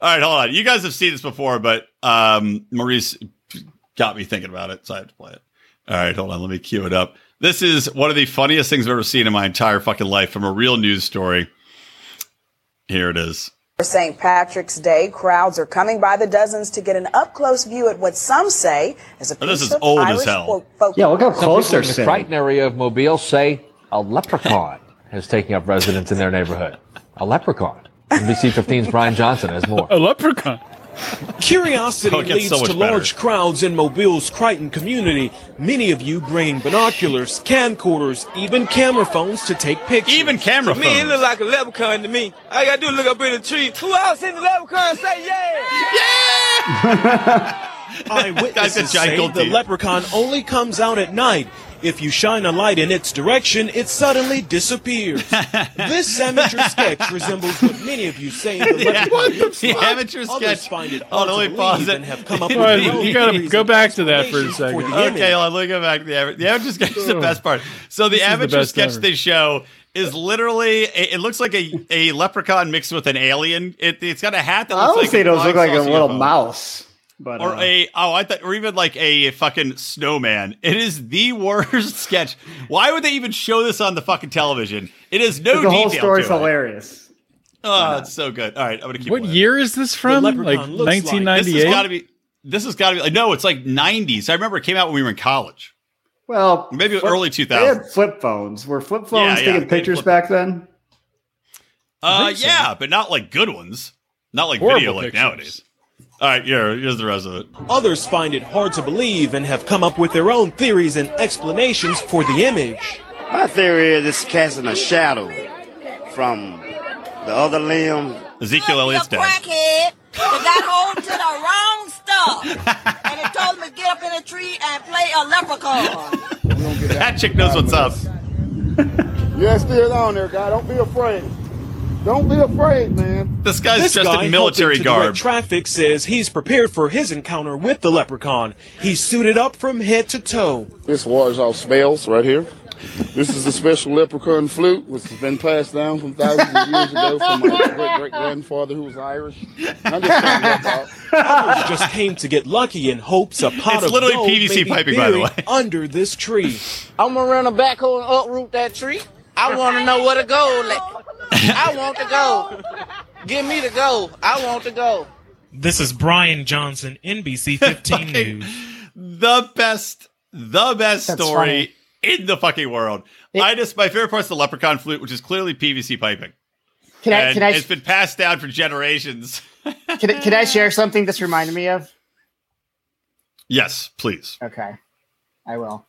Speaker 1: right, hold on. You guys have seen this before, but um, Maurice got me thinking about it, so I have to play it. All right, hold on. Let me cue it up. This is one of the funniest things I've ever seen in my entire fucking life from a real news story. Here it is.
Speaker 10: For St. Patrick's Day, crowds are coming by the dozens to get an up close view at what some say is a
Speaker 1: Oh,
Speaker 10: piece
Speaker 1: this is
Speaker 10: of
Speaker 1: old as
Speaker 10: Irish
Speaker 1: hell.
Speaker 10: folk- folk-
Speaker 2: Yeah, look how close they're sitting.
Speaker 11: area of Mobile say a leprechaun is taking up residence in their neighborhood. A leprechaun. NBC 15's Brian Johnson has more.
Speaker 4: A leprechaun.
Speaker 1: Oh, it gets so much better.
Speaker 11: Crowds in Mobile's Crichton community, many of you bringing binoculars, camcorders, even camera phones to take pictures.
Speaker 1: Even camera phones.
Speaker 11: like a leprechaun to me. All I gotta do is look up in a tree. Who else in the leprechaun say yeah?
Speaker 1: Eyewitnesses say the
Speaker 11: leprechaun only comes out at night. If you shine a light in its direction, it suddenly disappears. this amateur sketch resembles what many of you say the
Speaker 1: Yeah. The amateur sketch. Hold on, let me pause it.
Speaker 4: Well, you gotta go back to that for a second.
Speaker 1: Okay, well, let me go back to the average. The amateur sketch is the best part. So the
Speaker 4: This is the
Speaker 1: amateur
Speaker 4: best
Speaker 1: sketch
Speaker 4: ever.
Speaker 1: they show is literally it it looks like a, a leprechaun mixed with an alien. It, it's got a hat that
Speaker 2: I
Speaker 1: looks
Speaker 2: always
Speaker 1: like
Speaker 2: say those
Speaker 1: flying
Speaker 2: look like a
Speaker 1: saucer
Speaker 2: little
Speaker 1: UFO.
Speaker 2: mouse. But
Speaker 1: or
Speaker 2: uh,
Speaker 1: a oh I thought or even like a fucking snowman. It is the worst sketch. Why would they even show this on the fucking television? It is no
Speaker 2: the
Speaker 1: detail.
Speaker 2: whole story's
Speaker 1: to it.
Speaker 2: hilarious.
Speaker 1: Oh, it's so good. All right, I'm gonna keep.
Speaker 4: What
Speaker 1: going.
Speaker 4: year is this from? Like
Speaker 1: Leprechaun looks This has got to be.
Speaker 4: 1998.
Speaker 1: This has got to be. No, it's like 90s. I remember it came out when we were in college.
Speaker 2: Well,
Speaker 1: Maybe
Speaker 2: flip-
Speaker 1: early
Speaker 2: They had
Speaker 1: 2000s.
Speaker 2: flip phones. Were flip
Speaker 1: Yeah,
Speaker 2: phones
Speaker 1: yeah,
Speaker 2: taking
Speaker 1: they had
Speaker 2: pictures
Speaker 1: flip-
Speaker 2: back then?
Speaker 1: Uh,
Speaker 2: think so.
Speaker 1: yeah, but not like good ones. Not like
Speaker 11: Horrible
Speaker 1: video like
Speaker 11: pictures.
Speaker 1: nowadays. All right, here, here's the rest of it.
Speaker 11: Others find it hard to believe and have come up with their own theories and explanations for the image.
Speaker 12: My theory is it's casting a shadow from the other limb.
Speaker 1: Ezekiel Elliott's
Speaker 13: crackhead that got hold to the wrong stuff. And it told him to get up in a tree and play a leprechaun.
Speaker 1: That chick knows what's up.
Speaker 14: You're still on there, guy. Don't be afraid. Don't be afraid, man.
Speaker 1: This guy's
Speaker 11: This
Speaker 1: just
Speaker 11: guy
Speaker 1: in military
Speaker 11: helping to direct
Speaker 1: garb.
Speaker 11: Traffic says he's prepared for his encounter with the leprechaun. He's suited up from head to toe.
Speaker 14: This wars off spells right here. This is a special leprechaun flute, which has been passed down from thousands of years ago from my great great grandfather who was Irish. I'm just trying to help out.
Speaker 11: Others just came to get lucky in hopes a pot
Speaker 14: It's
Speaker 11: of
Speaker 14: literally
Speaker 11: gold may be
Speaker 14: PVC piping, by the
Speaker 11: buried under this tree.
Speaker 13: I'm gonna run a backhoe and uproot that tree. I wanna know where to go. I want to go. Give me the go. I want to go.
Speaker 15: This is Brian Johnson, NBC 15 News.
Speaker 1: the best, the best
Speaker 15: That's
Speaker 1: story in the fucking world. I just my favorite part's the leprechaun flute, which is clearly PVC piping.
Speaker 3: Can I-
Speaker 1: And
Speaker 3: can I-
Speaker 1: It's been passed down for generations.
Speaker 3: Can, I- can I share something this reminded me of?
Speaker 1: Yes, please.
Speaker 3: Okay, I will.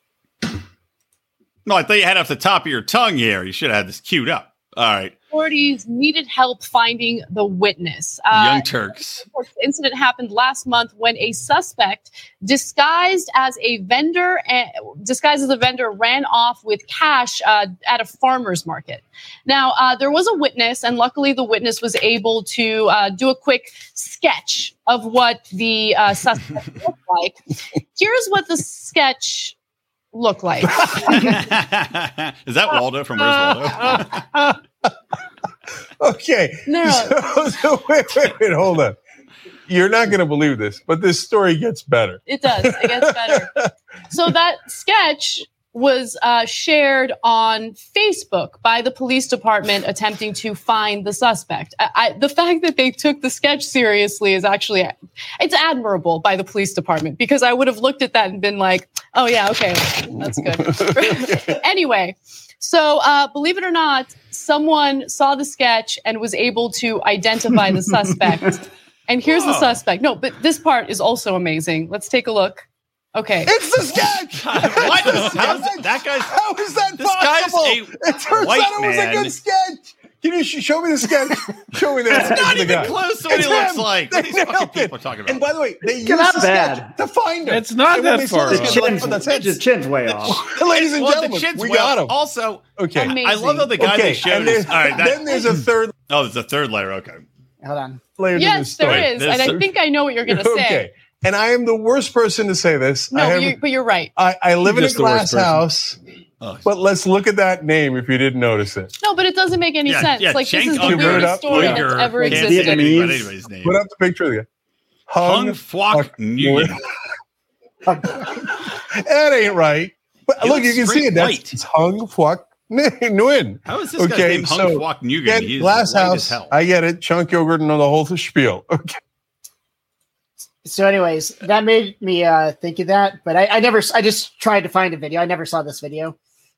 Speaker 1: No, I thought you had it off the top of your tongue here. You should have had this queued up. All right,
Speaker 16: Authorities needed help finding the witness.
Speaker 17: Uh,
Speaker 1: Young Turks.
Speaker 16: Of course, The incident happened last month when a suspect disguised as a vendor, and disguised as a vendor, ran off with cash uh, at a farmer's market. Now uh, there was a witness, and luckily the witness was able to uh, do a quick sketch of what the uh, suspect looked like. Here's what the sketch looked like.
Speaker 1: Is that Waldo from Where's Waldo?
Speaker 17: Okay.
Speaker 16: No.
Speaker 17: So, so wait, wait, wait, hold on. You're not going to believe this, but this story gets better.
Speaker 16: It does. It gets better. so that sketch was uh, shared on Facebook by the police department attempting to find the suspect. I, I, the fact that they took the sketch seriously is actually it's admirable by the police department because I would have looked at that and been like, oh yeah, okay, that's good. anyway. So, uh, believe it or not, someone saw the sketch and was able to identify the suspect. And here's the
Speaker 18: Wow.
Speaker 16: suspect. No, but this part is also amazing. Let's take a look. Okay.
Speaker 17: It's the sketch.
Speaker 1: what? How's it- that guy's?
Speaker 17: How is that
Speaker 1: This guy's
Speaker 17: possible?
Speaker 1: a
Speaker 17: it turns
Speaker 1: white
Speaker 17: out it was
Speaker 1: man.
Speaker 17: a good sketch. Can you sh- show me the sketch? show me the
Speaker 1: It's
Speaker 17: sketch
Speaker 1: not
Speaker 17: of the
Speaker 1: even
Speaker 17: guy.
Speaker 1: close to what
Speaker 17: It's
Speaker 1: he looks
Speaker 17: him.
Speaker 1: like. What
Speaker 17: They
Speaker 1: are these fucking
Speaker 17: nailed it.
Speaker 1: people talking about?
Speaker 17: And by the way, they used
Speaker 1: It's not
Speaker 17: the sketch
Speaker 1: bad.
Speaker 17: to find him.
Speaker 1: It's not
Speaker 17: And when
Speaker 1: that
Speaker 17: they saw
Speaker 1: far
Speaker 17: the sketch,
Speaker 1: off.
Speaker 17: they're like, "Oh, that's it."
Speaker 2: His chin's way off.
Speaker 17: Ladies and
Speaker 1: Well, the
Speaker 17: gentlemen,
Speaker 1: chin's
Speaker 17: we
Speaker 1: way
Speaker 17: got
Speaker 1: up.
Speaker 17: him.
Speaker 1: Also,
Speaker 17: okay.
Speaker 1: I love how the guy
Speaker 17: okay.
Speaker 1: they showed
Speaker 17: and
Speaker 1: is.
Speaker 17: then,
Speaker 1: All right, that-
Speaker 17: then there's a third
Speaker 1: Oh, there's a third layer. Okay.
Speaker 3: Hold on.
Speaker 17: layer to this
Speaker 16: Yes,
Speaker 17: story.
Speaker 16: there is. And I think I know what you're going to say.
Speaker 17: Okay. And I am the worst person to say this. I
Speaker 16: No,
Speaker 17: have-
Speaker 16: you but you're right.
Speaker 17: I, I live in a
Speaker 16: Just the
Speaker 17: glass
Speaker 16: worst person.
Speaker 17: house,
Speaker 1: Oh.
Speaker 17: but let's look at that name if you didn't notice it.
Speaker 16: No, but it doesn't make any sense. like, this is the weirdest story that's ever
Speaker 17: Can't
Speaker 16: existed.
Speaker 17: say anything about
Speaker 1: anybody's name.
Speaker 17: Put up the picture of you. Hung, Flock Nguyen. that ain't right. But
Speaker 1: He
Speaker 17: look, you
Speaker 1: looks
Speaker 17: can see
Speaker 1: straight
Speaker 17: it. That's
Speaker 1: white.
Speaker 17: it's Hung Flock Nguyen.
Speaker 1: How is this guy's name Hung Phuoc Nguyen?
Speaker 17: get
Speaker 1: He is
Speaker 17: Glass
Speaker 1: white
Speaker 17: House.
Speaker 1: as hell.
Speaker 17: I get it. Chunk yogurt and the whole spiel. Okay.
Speaker 3: So, anyways, that made me uh, think of that, but I, I never. I just tried to find a video. I never saw this video,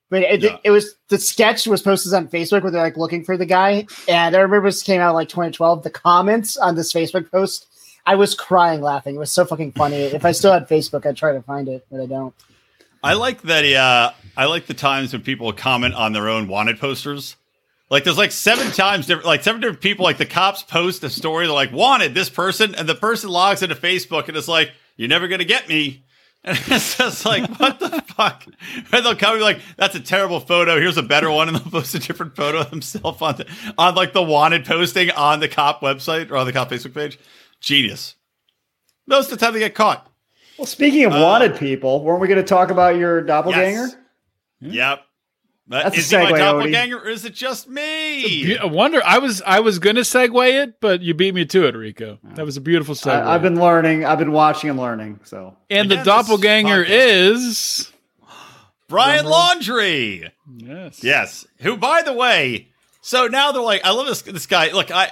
Speaker 3: but it, it was the sketch was posted on Facebook where they're like looking for the guy, and I remember this came out like 2012. The comments on this Facebook post, I was crying laughing. It was so fucking funny. if I still had Facebook, I'd try to find it, but I don't.
Speaker 1: I like that. Uh, I like the times when people comment on their own wanted posters. Like there's like seven times different, like seven different people. Like the cops post a story, they're like wanted this person, and the person logs into Facebook and it's like you're never gonna get me. And it's just like what the fuck? And they'll come and be like, "That's a terrible photo. Here's a better one," and they'll post a different photo of themselves on the, on like the wanted posting on the cop website or on the cop Facebook page. Genius. Most of the time they get caught. Uh,
Speaker 2: Well, speaking of wanted people, weren't we going to talk about your doppelganger?
Speaker 1: Yep. Uh,
Speaker 2: Hmm? That's a
Speaker 1: is he my
Speaker 2: segue, Odie.
Speaker 1: doppelganger or is it just me?
Speaker 4: I wonder. I was I was going to segue it, but you beat me to it, Rico. That was a beautiful segue.
Speaker 2: I, I've been learning. I've been watching and learning. So
Speaker 4: and the doppelganger is
Speaker 1: Brian Laundry.
Speaker 4: Yes.
Speaker 1: Yes. Who, by the way, so now they're like, I love this this guy. Look, I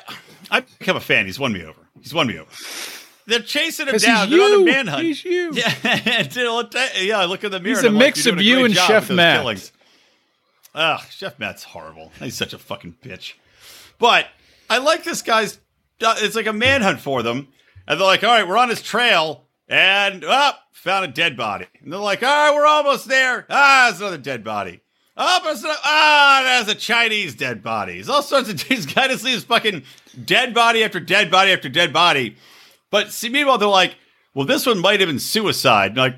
Speaker 1: I become a fan. He's won me over. He's won me over. They're chasing him
Speaker 4: 'Cause
Speaker 1: down.
Speaker 4: he's
Speaker 1: They're on a
Speaker 4: you.
Speaker 1: manhunt.
Speaker 4: He's you.
Speaker 1: Yeah. until it ta- yeah. I look in the mirror.
Speaker 4: He's
Speaker 1: and
Speaker 4: a
Speaker 1: I'm
Speaker 4: mix
Speaker 1: like, "You're doing
Speaker 4: of
Speaker 1: a
Speaker 4: you
Speaker 1: great
Speaker 4: and
Speaker 1: job
Speaker 4: Chef
Speaker 1: with those
Speaker 4: Matt."
Speaker 1: killings." Ugh, Chef Matt's horrible. He's such a fucking bitch. But I like this guy's. uh, It's like a manhunt for them, and they're like, "All right, we're on his trail, and up found a dead body." And they're like, "All right, we're almost there. Ah, it's another dead body. Up, it's another, ah, that's a Chinese dead body. There's all sorts of these guys just leaves fucking dead body after dead body after dead body." But see, meanwhile, they're like, "Well, this one might have been suicide." And like,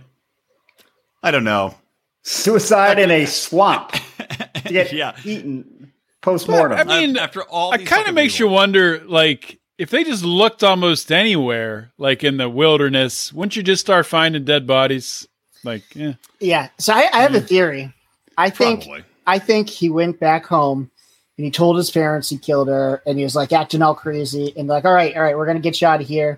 Speaker 1: I don't know.
Speaker 2: suicide in a swamp to get eaten post mortem.
Speaker 4: I mean,
Speaker 1: after all,
Speaker 4: it kind of makes you wonder, like, if they just looked almost anywhere, like in the wilderness, wouldn't you just start finding dead bodies? Like, yeah.
Speaker 3: Yeah. So I, I have a theory. I think I think he went back home and he told his parents he killed her and he was like acting all crazy and like, all right, all right, we're gonna get you out of here.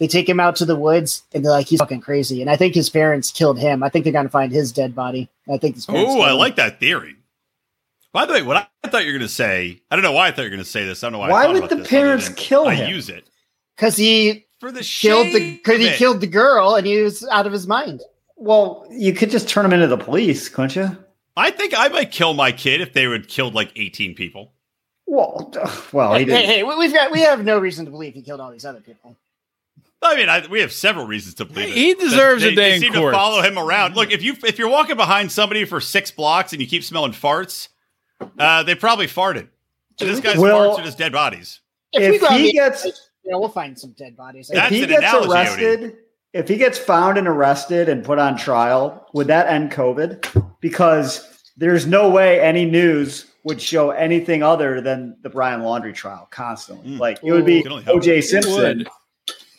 Speaker 3: They take him out to the woods and they're like, he's fucking crazy. And I think his parents killed him. I think they're gonna find his dead body. I think his parents
Speaker 1: Oh,
Speaker 3: killed
Speaker 1: I
Speaker 3: him.
Speaker 1: like that theory. By the way, what I I thought you were going to say, I don't know why I thought you were going to say this. I don't know why. I
Speaker 2: Why
Speaker 1: thought
Speaker 2: would
Speaker 1: about
Speaker 2: the
Speaker 1: this,
Speaker 2: parents
Speaker 1: other than
Speaker 2: kill
Speaker 1: I
Speaker 2: him?
Speaker 1: use it.
Speaker 3: because he
Speaker 1: for the
Speaker 3: killed the because he
Speaker 2: it.
Speaker 3: killed the girl and he was out of his mind.
Speaker 2: Well, you could just turn him into the police, couldn't you?
Speaker 1: I think I might kill my kid if they would killed like eighteen people.
Speaker 2: Well, well, he
Speaker 3: hey, hey,
Speaker 2: did.
Speaker 3: hey, we- we've got we have no reason to believe he killed all these other people.
Speaker 1: I mean, I, we have several reasons to believe it.
Speaker 4: He deserves
Speaker 1: They-
Speaker 4: a day
Speaker 1: they
Speaker 4: in
Speaker 1: seem
Speaker 4: court.
Speaker 1: To follow him around. Look, if you if you're walking behind somebody for six blocks and you keep smelling farts, uh, they probably farted. So this guy's
Speaker 2: Well-
Speaker 1: farts are just dead bodies.
Speaker 2: If
Speaker 3: out
Speaker 2: he
Speaker 3: in the-
Speaker 2: gets-
Speaker 3: you know, we'll find some dead bodies.
Speaker 2: If he
Speaker 1: an
Speaker 2: gets
Speaker 1: analogy, Odie.
Speaker 2: arrested, if he gets found and arrested and put on trial, would that end COVID? Because there's no way any news would show anything other than the Brian Laundry trial constantly. Like it would
Speaker 4: Ooh.
Speaker 2: be
Speaker 4: Can only hope.
Speaker 2: O.J.
Speaker 4: It
Speaker 2: Simpson.
Speaker 4: would.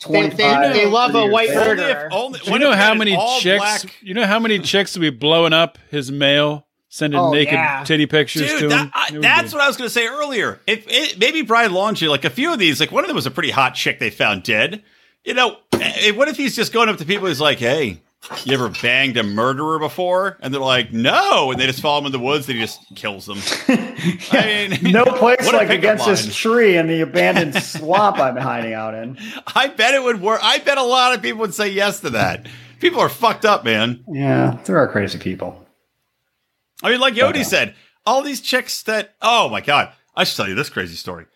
Speaker 3: They- they-
Speaker 2: 25
Speaker 3: they love a
Speaker 2: years
Speaker 3: white
Speaker 2: later.
Speaker 3: murderer.
Speaker 1: Only,
Speaker 4: you know how many chicks? You know how many chicks would be blowing up his mail, sending
Speaker 1: Oh,
Speaker 4: naked
Speaker 1: yeah.
Speaker 4: titty pictures
Speaker 1: Dude,
Speaker 4: to
Speaker 1: that-
Speaker 4: him?
Speaker 1: I-
Speaker 4: It would
Speaker 1: that's
Speaker 4: be-
Speaker 1: what I was going to say earlier. If it, maybe Brian Laundrie, like a few of these, like one of them was a pretty hot chick they found dead. You know, eh, what if he's just going up to people? He's like, "Hey, you ever banged a murderer before?" And they're like, "No," and they just follow him in the woods and he just kills them. I mean,
Speaker 2: No place
Speaker 1: what a
Speaker 2: like
Speaker 1: pickup
Speaker 2: against
Speaker 1: line.
Speaker 2: this tree in the abandoned swamp I'm hiding out in.
Speaker 1: I bet it would work. I bet a lot of people would say yes to that. People are fucked up, man.
Speaker 2: Yeah, there are crazy people.
Speaker 1: I mean, like Yodi said, all these chicks that, oh my God, I should tell you this crazy story.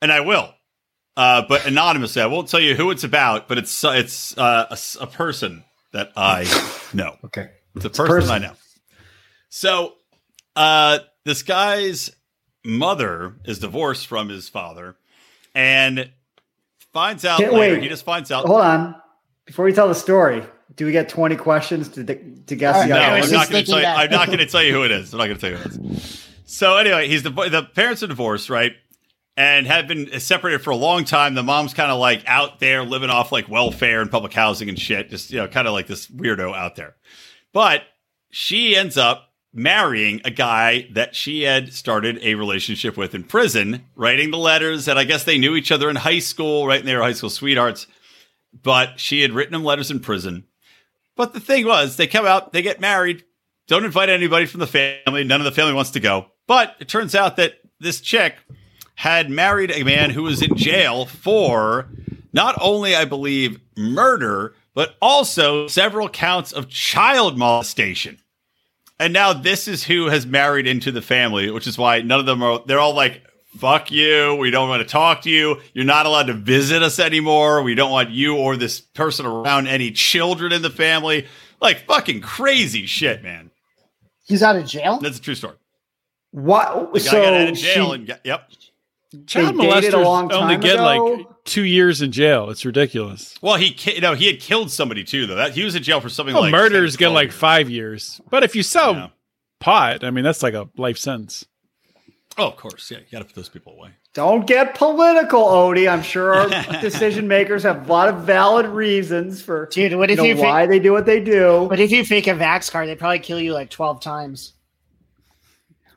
Speaker 1: And I will. Uh, but anonymously, I won't tell you who it's about, but it's uh, it's uh, a, s- a person that I know.
Speaker 2: okay.
Speaker 1: It's a
Speaker 2: a
Speaker 1: person, I
Speaker 2: person.
Speaker 1: know. So uh, this guy's mother is divorced from his father and finds out
Speaker 2: Can't
Speaker 1: later.
Speaker 2: wait.
Speaker 1: He just finds out.
Speaker 2: Hold on. Before we tell the story, do we get 20 questions to, to guess the
Speaker 1: Uh, no,
Speaker 2: other
Speaker 1: I'm
Speaker 2: one?
Speaker 1: not going to tell you. I'm not going to tell you who it is. I'm not going to tell you who it is. So anyway, he's the the parents are divorced, right? And have been separated for a long time. The mom's kind of like out there living off like welfare and public housing and shit. Just you know, kind of like this weirdo out there. But she ends up marrying a guy that she had started a relationship with in prison, writing the letters. And I guess they knew each other in high school, right? And they were high school sweethearts. But she had written him letters in prison. But the thing was, they come out, they get married, don't invite anybody from the family. None of the family wants to go. But it turns out that this chick had married a man who was in jail for not only, I believe, murder, but also several counts of child molestation. And now this is who has married into the family, which is why none of them are, they're all like, fuck you. We don't want to talk to you. You're not allowed to visit us anymore. We don't want you or this person around any children in the family. Like fucking crazy shit, man.
Speaker 3: He's out of jail.
Speaker 1: That's a true story.
Speaker 2: What?
Speaker 1: The guy got out
Speaker 2: So
Speaker 1: of jail
Speaker 2: she,
Speaker 1: and got, yep.
Speaker 4: Child
Speaker 2: they dated a
Speaker 4: molesters
Speaker 2: long
Speaker 4: only
Speaker 2: time
Speaker 4: get like
Speaker 2: ago?
Speaker 4: two years in jail. It's ridiculous.
Speaker 1: Well, he ki- no, he had killed somebody too, though. That he was in jail for something
Speaker 2: Oh,
Speaker 4: Well,
Speaker 1: like
Speaker 4: murderers get like five years, but if you sell pot, I mean, that's like a life sentence.
Speaker 1: Oh, of course, yeah. You got to put those people away.
Speaker 2: don't get political, Odie. I'm sure our decision makers have a lot of valid reasons for
Speaker 3: Dude, what if
Speaker 2: know,
Speaker 3: you think-
Speaker 2: why they do what they do.
Speaker 3: But if you fake a vax card, they probably kill you like twelve times.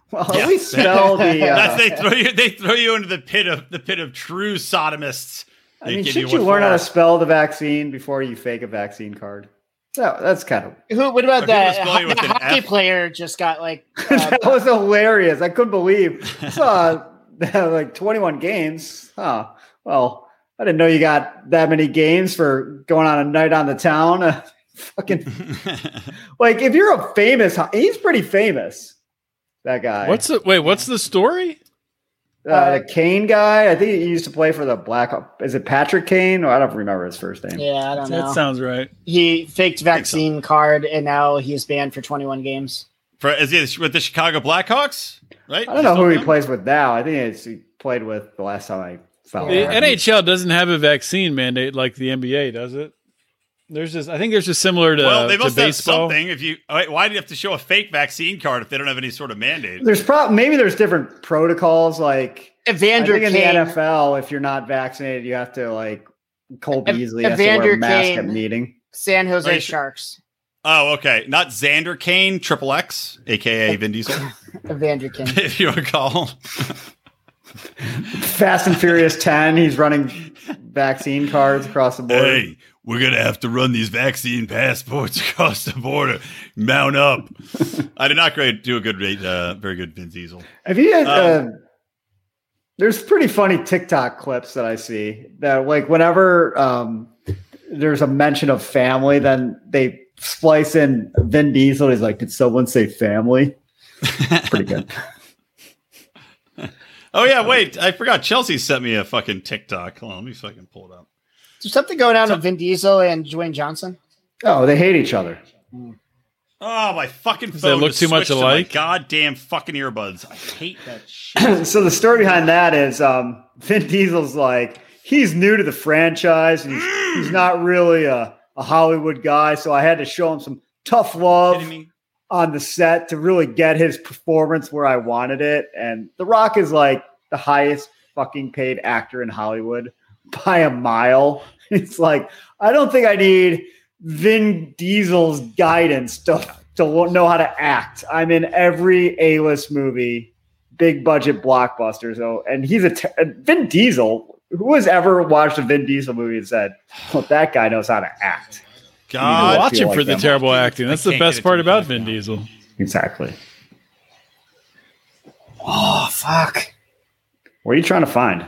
Speaker 2: Well, at least spell the. Uh,
Speaker 1: That's- they throw you. They throw you into the pit of the pit of true sodomists.
Speaker 2: I
Speaker 1: They
Speaker 2: mean,
Speaker 1: give
Speaker 2: should
Speaker 1: one
Speaker 2: you learn
Speaker 1: for
Speaker 2: how
Speaker 1: all.
Speaker 2: to spell the vaccine before you fake a vaccine card? No, that's kind of
Speaker 3: Who? What about
Speaker 2: Are people
Speaker 3: that?
Speaker 2: spelling
Speaker 3: Ho-
Speaker 2: with
Speaker 3: The
Speaker 2: an
Speaker 3: hockey
Speaker 2: F?
Speaker 3: player just got like uh,
Speaker 2: that was hilarious. I couldn't believe I saw like 21 games. Huh. Well, I didn't know you got that many games for going on a night on the town. fucking like if you're a famous, ho- he's pretty famous. That guy.
Speaker 4: What's the wait? What's the story?
Speaker 2: uh, the Kane guy? I think he used to play for the Black. Is it Patrick Kane? Oh, I don't remember his first name.
Speaker 3: Yeah, I don't know.
Speaker 4: right.
Speaker 3: He faked vaccine card, and now he is banned for 21 games.
Speaker 1: For, is he with the Chicago Blackhawks? Right?
Speaker 2: I don't know who he plays with now. I think it's he played with the last time I
Speaker 4: The
Speaker 2: found out.
Speaker 4: NHL doesn't have a vaccine mandate like the NBA, does it? There's just I think there's just similar to,
Speaker 1: well, they
Speaker 4: to
Speaker 1: must have
Speaker 4: baseball.
Speaker 1: something. If you wait, why do you have to show a fake vaccine card if they don't have any sort of mandate?
Speaker 2: There's probably maybe there's different protocols like
Speaker 3: Evander
Speaker 2: I think in
Speaker 3: Kane.
Speaker 2: the NFL if you're not vaccinated you have to like Cole Beasley has to wear
Speaker 3: Evander
Speaker 2: a mask at
Speaker 3: Kane.
Speaker 2: meeting.
Speaker 3: San
Speaker 1: Are
Speaker 3: Jose
Speaker 1: you sure-
Speaker 3: Sharks.
Speaker 1: Oh, okay. Not Xander Kane, Triple X, aka Vin Diesel,
Speaker 3: Evander Kane.
Speaker 1: if you recall.
Speaker 2: Fast and Furious 10 he's running vaccine cards across the board.
Speaker 1: Hey, we're gonna have to run these vaccine passports across the border. Mount up. I did not great, do a good rate, uh, very good Vin Diesel.
Speaker 2: Have you had,
Speaker 1: Um,
Speaker 2: uh, there's pretty funny TikTok clips that I see that like whenever um, there's a mention of family, then they splice in Vin Diesel. He's like, "Did someone say family?" pretty good.
Speaker 1: Oh yeah, wait, I forgot. Chelsea sent me a fucking TikTok. Hold on, let me fucking pull it up.
Speaker 3: There's something going on with Vin Diesel and Dwayne Johnson.
Speaker 2: Oh, they hate each other.
Speaker 1: Oh my fucking phone!
Speaker 4: they look
Speaker 1: just
Speaker 4: too much
Speaker 1: switched to my
Speaker 4: alike?
Speaker 1: goddamn fucking earbuds. I hate that shit.
Speaker 2: so the story behind that is um, Vin Diesel's like he's new to the franchise and he's, he's not really a, a Hollywood guy, so I had to show him some tough love on the set to really get his performance where I wanted it. And The Rock is like the highest fucking paid actor in Hollywood by a mile. It's like I don't think I need Vin Diesel's guidance to to know how to act. I'm in every A-list movie big budget blockbuster. So, and he's a ter- Vin Diesel. Who has ever watched a Vin Diesel movie and said, "Well, that guy knows how to act"?
Speaker 4: God,
Speaker 2: You
Speaker 4: watch
Speaker 2: feel
Speaker 4: him for
Speaker 2: like
Speaker 4: the
Speaker 2: them.
Speaker 4: terrible acting. That's the
Speaker 2: can't get
Speaker 4: best
Speaker 2: it
Speaker 4: part about Vin Diesel.
Speaker 2: Exactly. Oh fuck! What are you trying to find?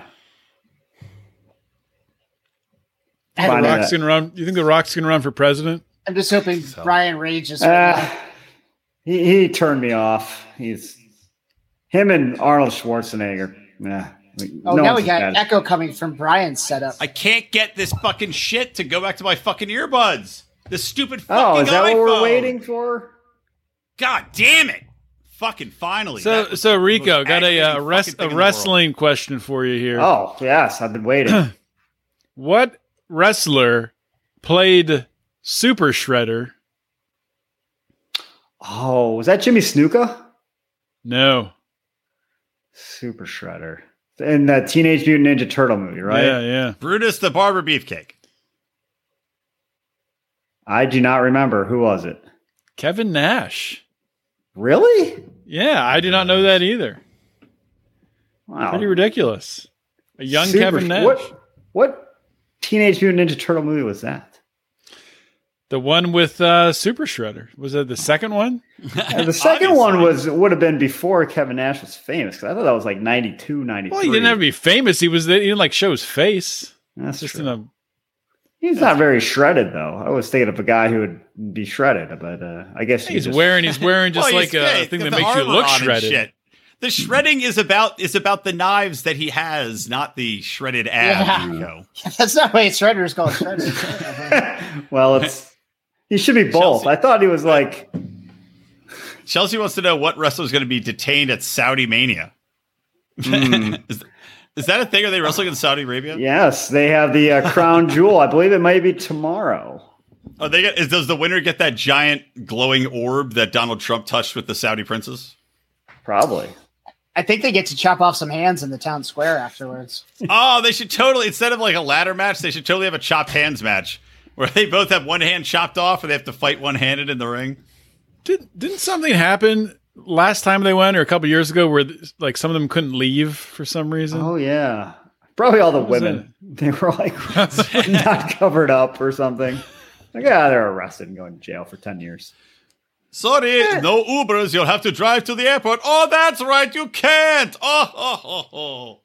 Speaker 4: The
Speaker 2: Finding
Speaker 4: Rock's
Speaker 2: that.
Speaker 4: gonna run. You think the Rock's gonna run for president?
Speaker 3: I'm just hoping Brian Rage is.
Speaker 2: Uh, he he turned me off. He's him and Arnold Schwarzenegger. Yeah.
Speaker 3: oh, now we got echo coming from Brian's setup.
Speaker 1: I can't get this fucking shit to go back to my fucking earbuds. This stupid fucking
Speaker 2: Oh, is that what
Speaker 1: iPhone.
Speaker 2: we're waiting for?
Speaker 1: God damn it! Fucking finally.
Speaker 4: So, so Rico got a, uh, res-
Speaker 1: thing in
Speaker 4: a
Speaker 1: the
Speaker 4: wrestling question for you here.
Speaker 2: Oh yes, I've been waiting.
Speaker 4: what wrestler played Super Shredder?
Speaker 2: Oh, was that Jimmy Snuka?
Speaker 4: No.
Speaker 2: Super Shredder. In the Teenage Mutant Ninja Turtle movie, right?
Speaker 4: Yeah, yeah.
Speaker 1: Brutus the Barber Beefcake.
Speaker 2: I do not remember. Who was it?
Speaker 4: Kevin Nash.
Speaker 2: Really?
Speaker 4: Yeah, I did not know that either.
Speaker 2: Wow.
Speaker 4: Pretty ridiculous. A young
Speaker 2: Super-
Speaker 4: Kevin Nash.
Speaker 2: What, what Teenage Mutant Ninja Turtle movie was that?
Speaker 4: The one with uh, Super Shredder. Was that the second one?
Speaker 2: And the second one was would have been before Kevin Nash was famous because I thought that was like 92, 93.
Speaker 4: Well, he didn't have to be famous. He was he didn't like show his face.
Speaker 2: That's
Speaker 4: just in a
Speaker 2: he's not very shredded though. I was thinking of a guy who would be shredded, but uh, I guess you
Speaker 4: he's
Speaker 2: just-
Speaker 4: wearing he's wearing just
Speaker 1: Well,
Speaker 4: like
Speaker 1: he's- yeah,
Speaker 4: a
Speaker 1: he's
Speaker 4: thing
Speaker 1: got
Speaker 4: that
Speaker 1: the
Speaker 4: makes you
Speaker 1: armor
Speaker 4: look
Speaker 1: on and
Speaker 4: shredded.
Speaker 1: shit. The shredding is about is about the knives that he has, not the shredded
Speaker 3: Yeah.
Speaker 1: ab. Rico.
Speaker 3: That's not why Shredder is called Shredder.
Speaker 2: Well, it's he should be both. I thought he was like
Speaker 1: Chelsea wants to know what wrestler's going to be detained at Saudi Mania.
Speaker 2: Hmm.
Speaker 1: is, is that a thing? Are they wrestling in Saudi Arabia?
Speaker 2: yes, they have the uh, crown jewel. I believe it might be tomorrow.
Speaker 1: Are Oh, they? Get, is, does the winner get that giant glowing orb that Donald Trump touched with the Saudi princess?
Speaker 2: Probably.
Speaker 3: I think they get to chop off some hands in the town square afterwards.
Speaker 1: oh, they should totally instead of like a ladder match, they should totally have a chopped hands match where they both have one hand chopped off and they have to fight one handed in the ring.
Speaker 4: Did didn't something happen last time they went or a couple years ago where like some of them couldn't leave for some reason?
Speaker 2: Oh yeah. Probably all the
Speaker 4: What was
Speaker 2: women. They were like not covered up or something. Like, yeah, they're arrested and going to jail for 10 years.
Speaker 1: Sorry, no Ubers. You'll have to drive to the airport. Oh, that's right. You can't. Oh, oh, oh, oh.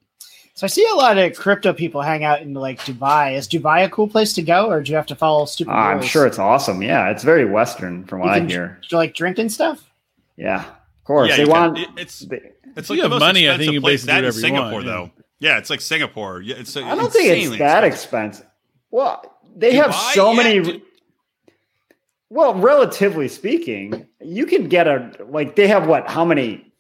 Speaker 3: So I see a lot of crypto people hang out in like Dubai. Is Dubai a cool place to go, or do you have to follow stupid?
Speaker 2: Ah, I'm
Speaker 3: rules?
Speaker 2: sure it's awesome. Yeah, it's very Western from
Speaker 3: You
Speaker 2: what I
Speaker 3: can-
Speaker 2: hear.
Speaker 3: Do you like drinking stuff?
Speaker 2: Yeah, of course.
Speaker 1: Yeah,
Speaker 2: they
Speaker 1: you can-
Speaker 2: want
Speaker 1: it- it's it's like
Speaker 4: you
Speaker 1: the
Speaker 4: have
Speaker 1: most
Speaker 4: money, I
Speaker 1: expensive
Speaker 4: think you
Speaker 1: place
Speaker 4: basically
Speaker 1: that
Speaker 4: do
Speaker 1: in
Speaker 4: whatever you
Speaker 1: Singapore,
Speaker 4: want, yeah.
Speaker 1: though. Yeah, it's like Singapore. Yeah, it's.
Speaker 2: I don't think it's that expensive. Well, they have
Speaker 1: Dubai?
Speaker 2: so
Speaker 1: Yeah,
Speaker 2: many. well, relatively speaking, you can get a like they have what? How many?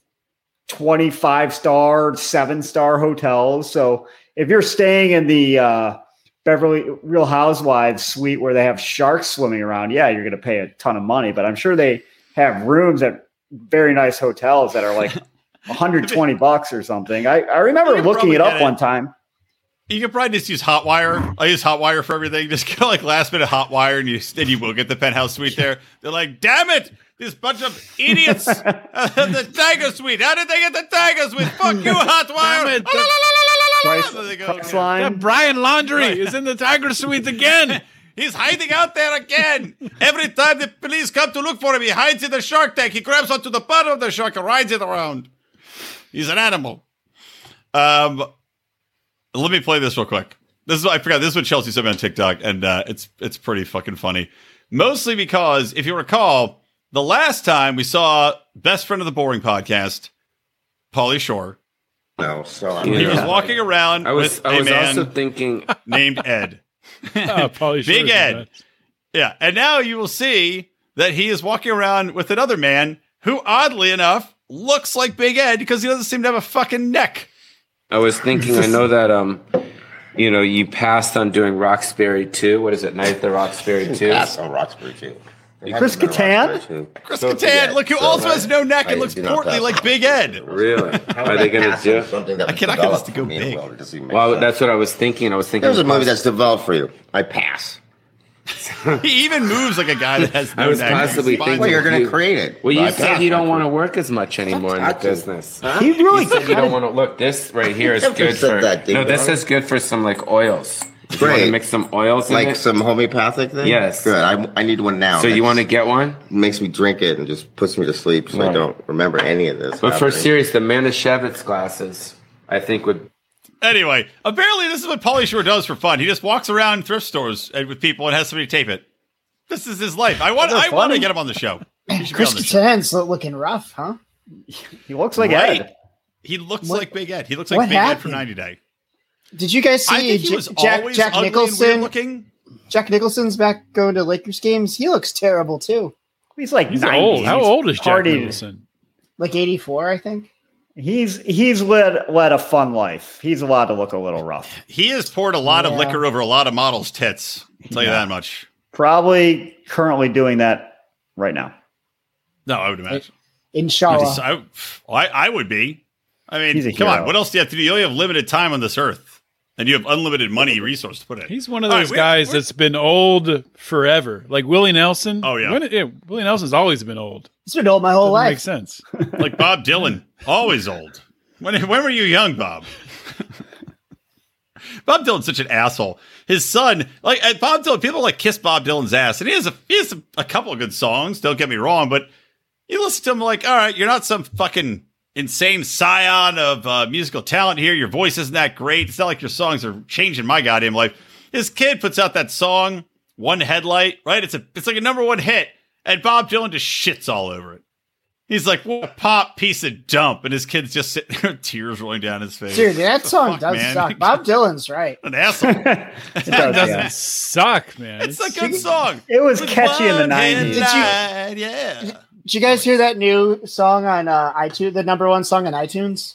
Speaker 2: Twenty five star, seven star hotels. So if you're staying in the uh, Beverly Real Housewives suite where they have sharks swimming around, yeah, you're going to pay a ton of money. But I'm sure they have rooms at very nice hotels that are like 120 bucks or something. I, I remember looking
Speaker 1: probably
Speaker 2: it
Speaker 1: get
Speaker 2: up
Speaker 1: it.
Speaker 2: one time.
Speaker 1: You can probably just use Hotwire. I use Hotwire for everything. Just go like last minute Hotwire, and you then you will get the penthouse suite there. They're like, damn it, this bunch of idiots. uh, the Tiger Suite. How did they get the Tiger Suite? Fuck you, Hotwire. La, la, la,
Speaker 2: Price,
Speaker 1: la, la. They go,
Speaker 2: price
Speaker 1: yeah.
Speaker 2: line.
Speaker 4: That Brian Laundry is in the Tiger Suite again.
Speaker 1: He's hiding out there again. Every time the police come to look for him, he hides in the shark tank. He grabs onto the bottom of the shark and rides it around. He's an animal. Um, let me play this real quick. This is I forgot. This is what Chelsea said on TikTok, and uh, it's it's pretty fucking funny. Mostly because if you recall, the last time we saw best friend of the boring podcast, Polly Shore.
Speaker 18: No, so I'm
Speaker 1: He was
Speaker 18: Yeah.
Speaker 1: walking around
Speaker 18: I was
Speaker 1: with
Speaker 18: I
Speaker 1: a
Speaker 18: was
Speaker 1: man
Speaker 18: also thinking
Speaker 1: named Ed.
Speaker 4: Oh, Pauly Shore's
Speaker 1: Big
Speaker 4: in
Speaker 1: Ed.
Speaker 4: that.
Speaker 1: Yeah. And now you will see that he is walking around with another man who, oddly enough, looks like Big Ed because he doesn't seem to have a fucking neck.
Speaker 18: I was thinking I know that um you know you passed on doing Roxbury 2. What is it? Night at the Roxbury 2.
Speaker 1: Passed
Speaker 18: on Roxbury 2.
Speaker 2: Chris Kattan?
Speaker 18: Chris
Speaker 1: Tan, look who also has no neck and looks portly like Big Ed.
Speaker 18: Really? Are they going to do something
Speaker 1: I cannot get this to go big.
Speaker 18: Well, that's what I was thinking. I was thinking
Speaker 1: There's a movie that's
Speaker 18: developed for you. I pass.
Speaker 1: he even moves like a guy that has no
Speaker 18: I was
Speaker 1: neck.
Speaker 18: possibly
Speaker 1: Fine.
Speaker 18: thinking
Speaker 1: gonna
Speaker 18: you- Well, you
Speaker 1: I
Speaker 18: said
Speaker 1: pass.
Speaker 18: you don't want to work as much anymore in the
Speaker 1: Stop touching.
Speaker 18: business.
Speaker 1: He
Speaker 18: You said you don't want to look. This right here is
Speaker 1: Never
Speaker 18: good
Speaker 1: said
Speaker 18: for
Speaker 1: that,
Speaker 18: no.
Speaker 1: Dave.
Speaker 18: This is good for some like oils. If You want to
Speaker 19: Great.
Speaker 18: mix some oils, in
Speaker 19: Like
Speaker 18: it.
Speaker 19: some homeopathic thing?
Speaker 18: Yes.
Speaker 19: Good. I, I need one now.
Speaker 18: So you want to get one?
Speaker 19: It makes me drink it and just puts me to sleep so I
Speaker 18: Right.
Speaker 19: don't remember any of
Speaker 18: But
Speaker 19: this.
Speaker 18: for
Speaker 19: happening.
Speaker 18: serious, the Manischewitz glasses, I think would.
Speaker 1: Anyway, apparently this is what Pauly Shore does for fun. He just walks around thrift stores and with people and has somebody tape it. This is his life. I want. I want to get him on the show. He should be
Speaker 3: Chris
Speaker 1: on the show.
Speaker 3: Kattan's lo- looking rough, huh?
Speaker 2: He looks
Speaker 1: like Right? Ed. He looks like Big Ed. He looks like
Speaker 3: what
Speaker 1: Big Ed from 90
Speaker 3: happened?
Speaker 1: Day.
Speaker 3: Did you guys
Speaker 1: I
Speaker 3: see
Speaker 1: think he
Speaker 3: J-
Speaker 1: was
Speaker 3: Jack
Speaker 1: always
Speaker 3: Jack
Speaker 1: ugly and
Speaker 3: Nicholson?
Speaker 1: weird-looking.
Speaker 3: Jack Nicholson's back going to Lakers games. He looks terrible too.
Speaker 2: He's like
Speaker 4: He's old. How old is Jack Nicholson?
Speaker 3: Like eighty four, I think.
Speaker 2: He's he's led led a fun life. He's allowed to look a little rough.
Speaker 1: He has poured a lot of
Speaker 2: Yeah.
Speaker 1: liquor over a lot of models' tits. I'll tell you that much.
Speaker 2: Probably currently doing that right now.
Speaker 1: No, I would imagine.
Speaker 3: Inshallah.
Speaker 1: I, I, I would be. I
Speaker 2: Oh. He's
Speaker 1: mean,
Speaker 2: a
Speaker 1: come on.
Speaker 2: hero.
Speaker 1: What else do you have to do? You only have limited time on this earth, and you have unlimited money resource to put it.
Speaker 4: He's one of
Speaker 1: All right,
Speaker 4: those
Speaker 1: we-
Speaker 4: guys that's been old forever, like Willie Nelson. Oh
Speaker 1: yeah.
Speaker 4: yeah, Willie Nelson's always been old.
Speaker 3: It's been old my whole
Speaker 4: Doesn't
Speaker 3: life.
Speaker 4: Make sense.
Speaker 1: like Bob Dylan, always old. When when were you young, Bob? Bob Dylan's such an asshole. His son, like and Bob Dylan, people like kiss Bob Dylan's ass, and he has a he has a, a couple of good songs. Don't get me wrong, but you listen to him like, all right, you're not some fucking insane scion of uh, musical talent here. Your voice isn't that great. It's not like your songs are changing my goddamn life. His kid puts out that song, One Headlight, right? It's a it's like a number one hit, and Bob Dylan just shits all over it. He's like, what a pop piece of dump. And his kid's just sitting there, tears rolling down his face.
Speaker 3: Dude, that song
Speaker 1: fuck,
Speaker 3: does
Speaker 1: man?
Speaker 3: suck. Bob Dylan's right.
Speaker 1: An asshole.
Speaker 2: It
Speaker 4: That
Speaker 2: does,
Speaker 4: doesn't
Speaker 2: yeah.
Speaker 4: suck, man.
Speaker 1: It's a good song.
Speaker 2: It was catchy in the nineties.
Speaker 1: Did you, yeah.
Speaker 3: Did you guys hear that new song on uh, iTunes? The number one song on iTunes.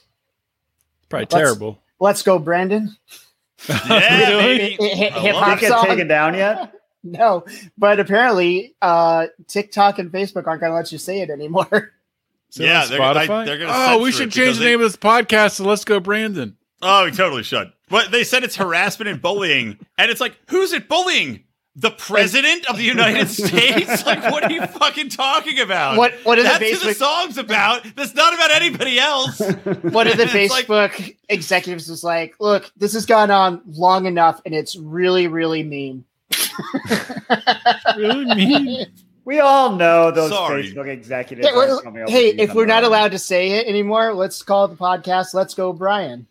Speaker 4: Probably
Speaker 3: Let's-
Speaker 4: terrible.
Speaker 3: Let's go, Brandon.
Speaker 1: Yeah, baby.
Speaker 3: Hip
Speaker 2: I love it.
Speaker 3: hop
Speaker 2: Did it get
Speaker 3: song.
Speaker 2: taken down yet?
Speaker 3: No, but apparently uh, TikTok and Facebook aren't going to let you say it anymore.
Speaker 4: Is it on
Speaker 1: Yeah, they're- I-
Speaker 4: Spotify?
Speaker 1: they're gonna
Speaker 4: oh, we
Speaker 1: censor
Speaker 4: should
Speaker 1: it
Speaker 4: change
Speaker 1: because
Speaker 4: the
Speaker 1: they-
Speaker 4: name of this podcast to Let's Go Brandon.
Speaker 1: Oh, he totally should. But they said it's harassment and bullying. And it's like, who's it bullying? The president of the United States? Like, what are you fucking talking about?
Speaker 3: What- what are the
Speaker 1: That's who
Speaker 3: basic-
Speaker 1: the song's about? That's not about anybody else.
Speaker 3: One of the
Speaker 1: It's like-
Speaker 3: Facebook executives was like, "Look, this has gone on long enough, and it's really, really mean."
Speaker 4: really
Speaker 3: mean.
Speaker 2: We all know those
Speaker 1: Sorry.
Speaker 2: Facebook executives.
Speaker 3: Yeah, well,
Speaker 2: are coming up
Speaker 3: hey,
Speaker 2: with these
Speaker 3: if we're not
Speaker 2: numbers.
Speaker 3: allowed to say it anymore, let's call the podcast "Let's Go Brian."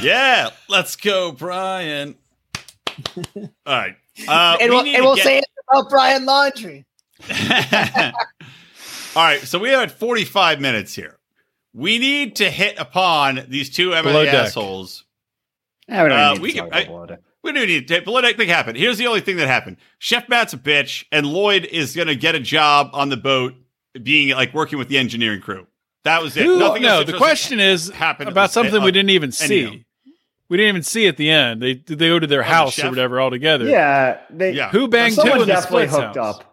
Speaker 1: yeah, let's go, Brian. All right. Uh,
Speaker 3: and
Speaker 1: we
Speaker 3: we'll,
Speaker 1: need to
Speaker 3: and we'll
Speaker 1: get-
Speaker 3: say it about Brian Laundry.
Speaker 1: All right, so we are at 45 minutes here. We need to hit upon these two
Speaker 2: Below
Speaker 1: MMA
Speaker 2: deck.
Speaker 1: assholes.
Speaker 2: Yeah, we don't
Speaker 1: Uh,
Speaker 2: need to
Speaker 1: we
Speaker 2: talk
Speaker 1: can-
Speaker 2: about
Speaker 1: I-
Speaker 2: below deck.
Speaker 1: We do need to. Below deck thing happened. Here's the only thing that happened. Chef Matt's a bitch, and Lloyd is going to get a job on the boat, being like working with the engineering crew. That was it.
Speaker 4: Who-
Speaker 1: Nothing
Speaker 4: no,
Speaker 1: else
Speaker 4: the
Speaker 1: interesting
Speaker 4: question is
Speaker 1: happened Uh, at
Speaker 4: about
Speaker 1: the-
Speaker 4: something we
Speaker 1: on
Speaker 4: didn't even
Speaker 1: any
Speaker 4: see.
Speaker 1: of them.
Speaker 4: We didn't even see at the end. They they go to
Speaker 1: Oh,
Speaker 4: their house or
Speaker 2: chef?
Speaker 4: whatever altogether.
Speaker 2: Yeah, they,
Speaker 4: Yeah. Who banged
Speaker 2: someone
Speaker 4: who in the
Speaker 2: definitely
Speaker 4: Splits
Speaker 2: hooked
Speaker 4: house?
Speaker 2: up.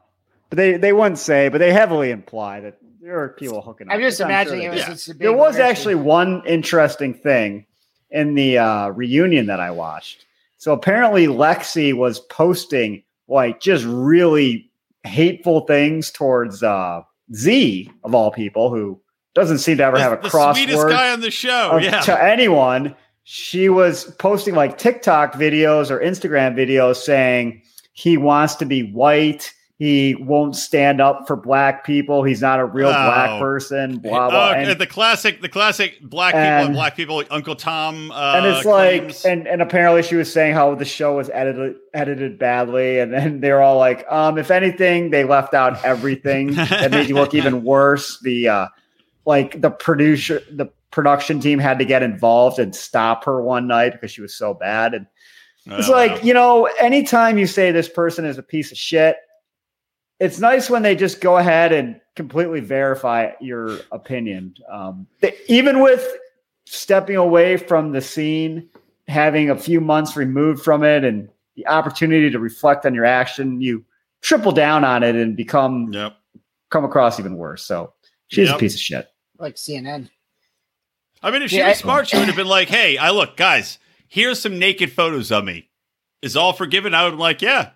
Speaker 2: But they they wouldn't say, but they heavily imply that there are people hooking up.
Speaker 3: I'm just
Speaker 2: which sure
Speaker 3: imagining
Speaker 2: they
Speaker 3: it
Speaker 2: do.
Speaker 3: was just a big
Speaker 2: there was
Speaker 3: orgy.
Speaker 2: actually one interesting thing in the uh, reunion that I watched. So apparently Lexi was posting like just really hateful things towards uh, Z of all people, who doesn't seem to ever have a
Speaker 1: The
Speaker 2: crossword
Speaker 1: sweetest guy on the show.
Speaker 2: of-
Speaker 1: Yeah.
Speaker 2: to anyone. She was posting like TikTok videos or Instagram videos saying he wants to be white. He won't stand up for black people. He's not a real
Speaker 1: Oh.
Speaker 2: black person. Blah blah.
Speaker 1: Oh,
Speaker 2: and,
Speaker 1: the classic, the classic black people and
Speaker 2: And-
Speaker 1: black people, Uncle Tom. Uh,
Speaker 2: and it's
Speaker 1: claims.
Speaker 2: like, and, and apparently she was saying how the show was edited edited badly, and then they're all like, um, if anything, they left out everything that made you look even worse. The uh, like the producer, the production team had to get involved and stop her one night because she was so bad. And it's
Speaker 1: Oh,
Speaker 2: like, you know, anytime you say this person is a piece of shit, it's nice when they just go ahead and completely verify your opinion. Um, they, even with stepping away from the scene, having a few months removed from it, and the opportunity to reflect on your action, you triple down on it and become come across even worse. So she's
Speaker 1: Yep.
Speaker 2: a piece of shit.
Speaker 3: Like CNN.
Speaker 1: I mean, if she
Speaker 3: Yeah,
Speaker 1: was
Speaker 3: I-
Speaker 1: smart, she would have been like, "Hey, I look, guys. Here's some naked photos of me. Is all forgiven?" I would have been like, "Yeah,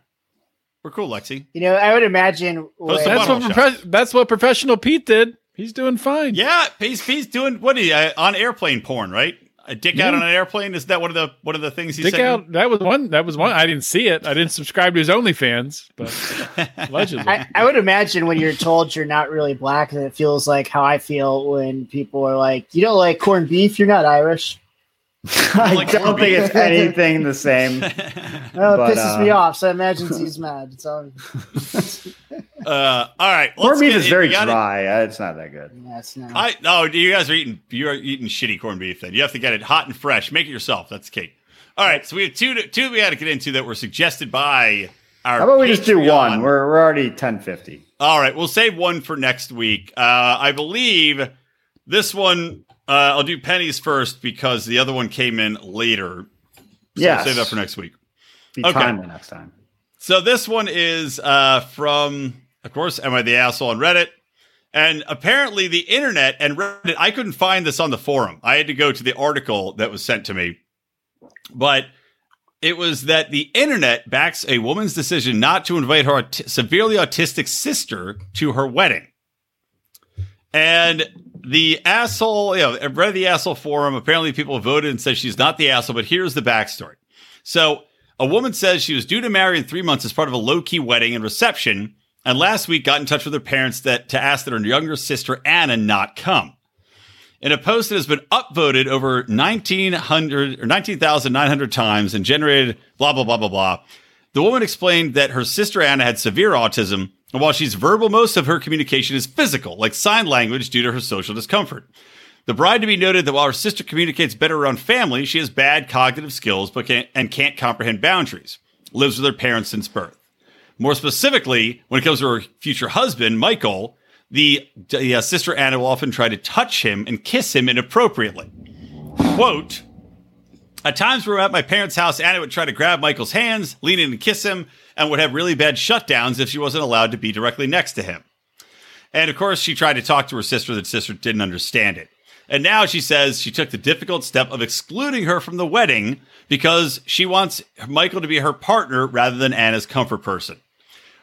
Speaker 1: we're cool, Lexi."
Speaker 3: You know, I would imagine.
Speaker 1: Post
Speaker 3: when-
Speaker 1: a
Speaker 4: That's what
Speaker 1: bottle
Speaker 4: profe- that's what professional Pete did. He's doing fine.
Speaker 1: Yeah, he's he's doing what he uh, on airplane porn, right? A dick out on an airplane is that one of the one of the things he
Speaker 4: Dick
Speaker 1: said?
Speaker 4: out. That was one. That was one. I didn't see it. I didn't subscribe to his OnlyFans, but allegedly.
Speaker 3: I, I would imagine when you're told you're not really black, that it feels like how I feel when people are like, "You don't like corned beef? You're not Irish."
Speaker 2: I
Speaker 3: like
Speaker 2: don't think it's
Speaker 3: corned beef.
Speaker 2: anything the same.
Speaker 3: Oh, it
Speaker 2: But,
Speaker 3: pisses me
Speaker 2: uh,
Speaker 3: off. So I imagine he's mad. It's all.
Speaker 1: Uh, all right,
Speaker 2: Corned beef
Speaker 1: get-
Speaker 2: is very
Speaker 1: you gotta-
Speaker 2: dry. Uh, It's not that good.
Speaker 3: Yeah, it's not.
Speaker 1: I no, you guys are eating you're eating shitty corned beef. Then you have to get it hot and fresh. Make it yourself. That's the cake. All right, so we have two two we had to get into that were suggested by our.
Speaker 2: How about we just do
Speaker 1: Patreon.
Speaker 2: one? We're we're already ten fifty.
Speaker 1: All right, we'll save one for next week. Uh, I believe this one. Uh, I'll do pennies first because the other one came in later. So
Speaker 2: Yes.
Speaker 1: save that for next week.
Speaker 2: Be
Speaker 1: Okay.
Speaker 2: timely next time.
Speaker 1: So this one is uh, from, of course, Am I the Asshole on Reddit? And apparently, the internet and Reddit, I couldn't find this on the forum. I had to go to the article that was sent to me. But it was that the internet backs a woman's decision not to invite her aut- severely autistic sister to her wedding. And the asshole, you know, I read the asshole forum. Apparently, people voted and said she's not the asshole, but here's the backstory. So, a woman says she was due to marry in three months as part of a low key wedding and reception. And last week got in touch with her parents that to ask that her younger sister, Anna, not come. In a post that has been upvoted over 1,900 or 19,900 times and generated blah, blah, blah, blah, blah, the woman explained that her sister Anna had severe autism. And while she's verbal, most of her communication is physical, like sign language due to her social discomfort. The bride to be noted that while her sister communicates better around family, she has bad cognitive skills but can't, and can't comprehend boundaries. Lives with her parents since birth. More specifically, when it comes to her future husband, Michael, the, the, uh, sister Anna will often try to touch him and kiss him inappropriately. Quote At times we were at my parents' house, Anna would try to grab Michael's hands, lean in and kiss him, and would have really bad shutdowns if she wasn't allowed to be directly next to him. And of course, she tried to talk to her sister, that sister didn't understand it. And now she says she took the difficult step of excluding her from the wedding because she wants Michael to be her partner rather than Anna's comfort person.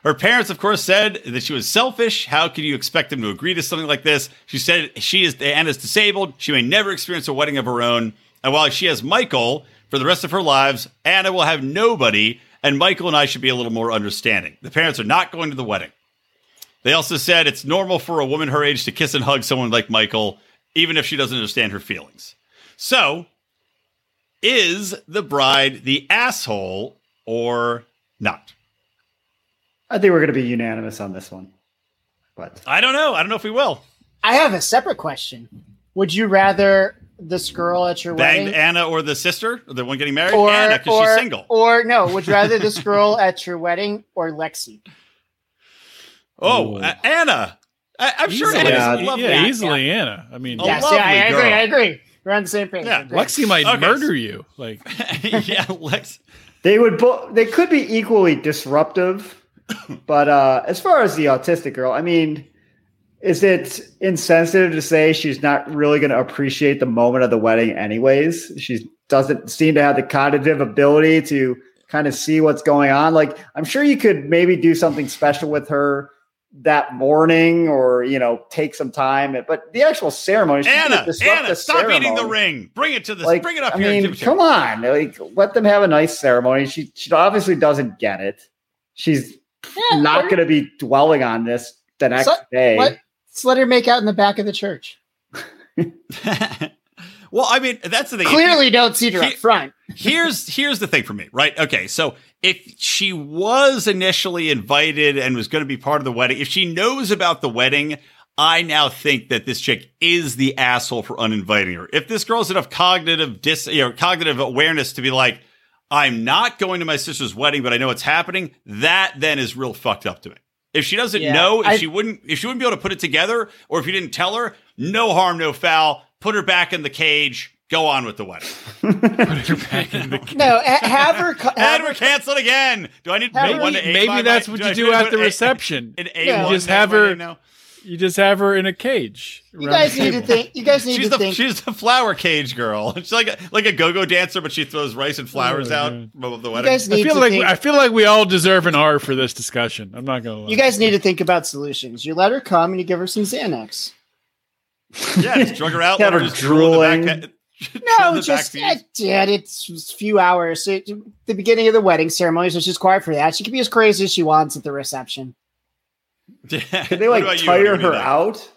Speaker 1: Her parents, of course, said that she was selfish. How could you expect them to agree to something like this? She said she is Anna's disabled. She may never experience a wedding of her own. And while she has Michael for the rest of her lives, Anna will have nobody. And Michael and I should be a little more understanding. The parents are not going to the wedding. They also said it's normal for a woman her age to kiss and hug someone like Michael, even if she doesn't understand her feelings. So, is the bride the asshole or not?
Speaker 2: I think we're going to be unanimous on this one. But
Speaker 1: I don't know. I don't know if we will.
Speaker 3: I have a separate question. Would you rather this girl at your
Speaker 1: Banged
Speaker 3: wedding,
Speaker 1: Anna or the sister, or the one getting married?
Speaker 3: or
Speaker 1: Anna, because
Speaker 3: or,
Speaker 1: she's single.
Speaker 3: or no? Would you rather this girl at your wedding or Lexi?
Speaker 1: oh, uh, Anna. I, I'm sure
Speaker 4: Easily.
Speaker 1: Anna's
Speaker 4: Yeah,
Speaker 1: love
Speaker 4: yeah,
Speaker 1: that.
Speaker 4: easily Anna. I mean,
Speaker 1: A
Speaker 3: yes,
Speaker 1: lovely
Speaker 3: yeah, I agree.
Speaker 1: girl.
Speaker 3: I agree. We're on the same page.
Speaker 1: Yeah,
Speaker 3: Great.
Speaker 4: Lexi might
Speaker 1: Okay.
Speaker 4: murder you. Like,
Speaker 1: yeah, Lex.
Speaker 2: They would both. They could be equally disruptive, but uh, as far as the autistic girl, I mean, is it insensitive to say she's not really going to appreciate the moment of the wedding, anyways? She doesn't seem to have the cognitive ability to kind of see what's going on. Like, I'm sure you could maybe do something special with her that morning, or you know, take some time. But the actual ceremony, she's gonna
Speaker 1: Anna,
Speaker 2: disrupt
Speaker 1: Anna, stop eating the
Speaker 2: ceremony.
Speaker 1: ring. Bring it to this.
Speaker 2: Like,
Speaker 1: bring it up
Speaker 2: I
Speaker 1: here. and
Speaker 2: mean,
Speaker 1: give it to
Speaker 2: come
Speaker 1: her.
Speaker 2: on, like let them have a nice ceremony. She she obviously doesn't get it. She's
Speaker 3: Yeah,
Speaker 2: not
Speaker 3: or-
Speaker 2: going to be dwelling on this the next
Speaker 3: So-
Speaker 2: day.
Speaker 3: What? Let's let her make out in the back of the church.
Speaker 1: Well, I mean, that's the thing. If you-
Speaker 3: Clearly, don't see her up
Speaker 1: He-
Speaker 3: front.
Speaker 1: here's here's the thing for me, right? Okay, so if she was initially invited and was going to be part of the wedding, if she knows about the wedding, I now think that this chick is the asshole for uninviting her. If this girl has enough cognitive dis, you know, cognitive awareness to be like, I'm not going to my sister's wedding, but I know it's happening, that then is real fucked up to me. If she doesn't
Speaker 3: Yeah,
Speaker 1: know, if
Speaker 3: I-
Speaker 1: she wouldn't, if she wouldn't be able to put it together, or if you didn't tell her, no harm, no foul. Put her back in the cage. Go on with the wedding.
Speaker 3: No, ha- have her. co- Have
Speaker 1: And
Speaker 3: her
Speaker 1: we're canceled again. Do I need
Speaker 3: Have
Speaker 1: one
Speaker 3: her-
Speaker 1: to A
Speaker 4: maybe
Speaker 1: my
Speaker 4: that's
Speaker 1: mic?
Speaker 4: what
Speaker 1: I
Speaker 4: you
Speaker 1: need
Speaker 4: do
Speaker 1: to
Speaker 4: at the
Speaker 1: put A-
Speaker 4: reception.
Speaker 1: An A
Speaker 4: You
Speaker 1: one.
Speaker 4: just
Speaker 1: that
Speaker 4: have her.
Speaker 1: way now?
Speaker 4: You just have her in a cage.
Speaker 3: you
Speaker 4: around the
Speaker 3: guys need to
Speaker 4: table.
Speaker 3: think. You guys need
Speaker 1: She's
Speaker 3: to
Speaker 1: the
Speaker 3: think.
Speaker 1: she's the flower cage girl. She's like a, like a go go dancer, but she throws rice and flowers
Speaker 4: Oh,
Speaker 1: out
Speaker 4: God.
Speaker 1: above the
Speaker 3: you
Speaker 1: wedding.
Speaker 3: guys
Speaker 4: I
Speaker 3: need
Speaker 4: feel
Speaker 3: to
Speaker 4: like
Speaker 3: think.
Speaker 4: I feel like we all deserve an R for this discussion. I'm not gonna lie.
Speaker 3: you guys need to think about solutions. You let her come and you give her some Xanax.
Speaker 1: yeah, just drug her out.
Speaker 2: Have
Speaker 1: let
Speaker 2: her
Speaker 1: just drool in the
Speaker 2: drooling.
Speaker 1: back- drool in
Speaker 3: No,
Speaker 1: the
Speaker 3: just
Speaker 1: back
Speaker 3: eh, dad. It's just a few hours. So, the beginning of the wedding ceremonies, which is quiet for that. She can be as crazy as she wants at the reception.
Speaker 1: seat.
Speaker 2: Could they
Speaker 1: What about
Speaker 2: like
Speaker 1: you? What do you
Speaker 2: tire
Speaker 1: mean
Speaker 2: her
Speaker 1: by that?
Speaker 2: out?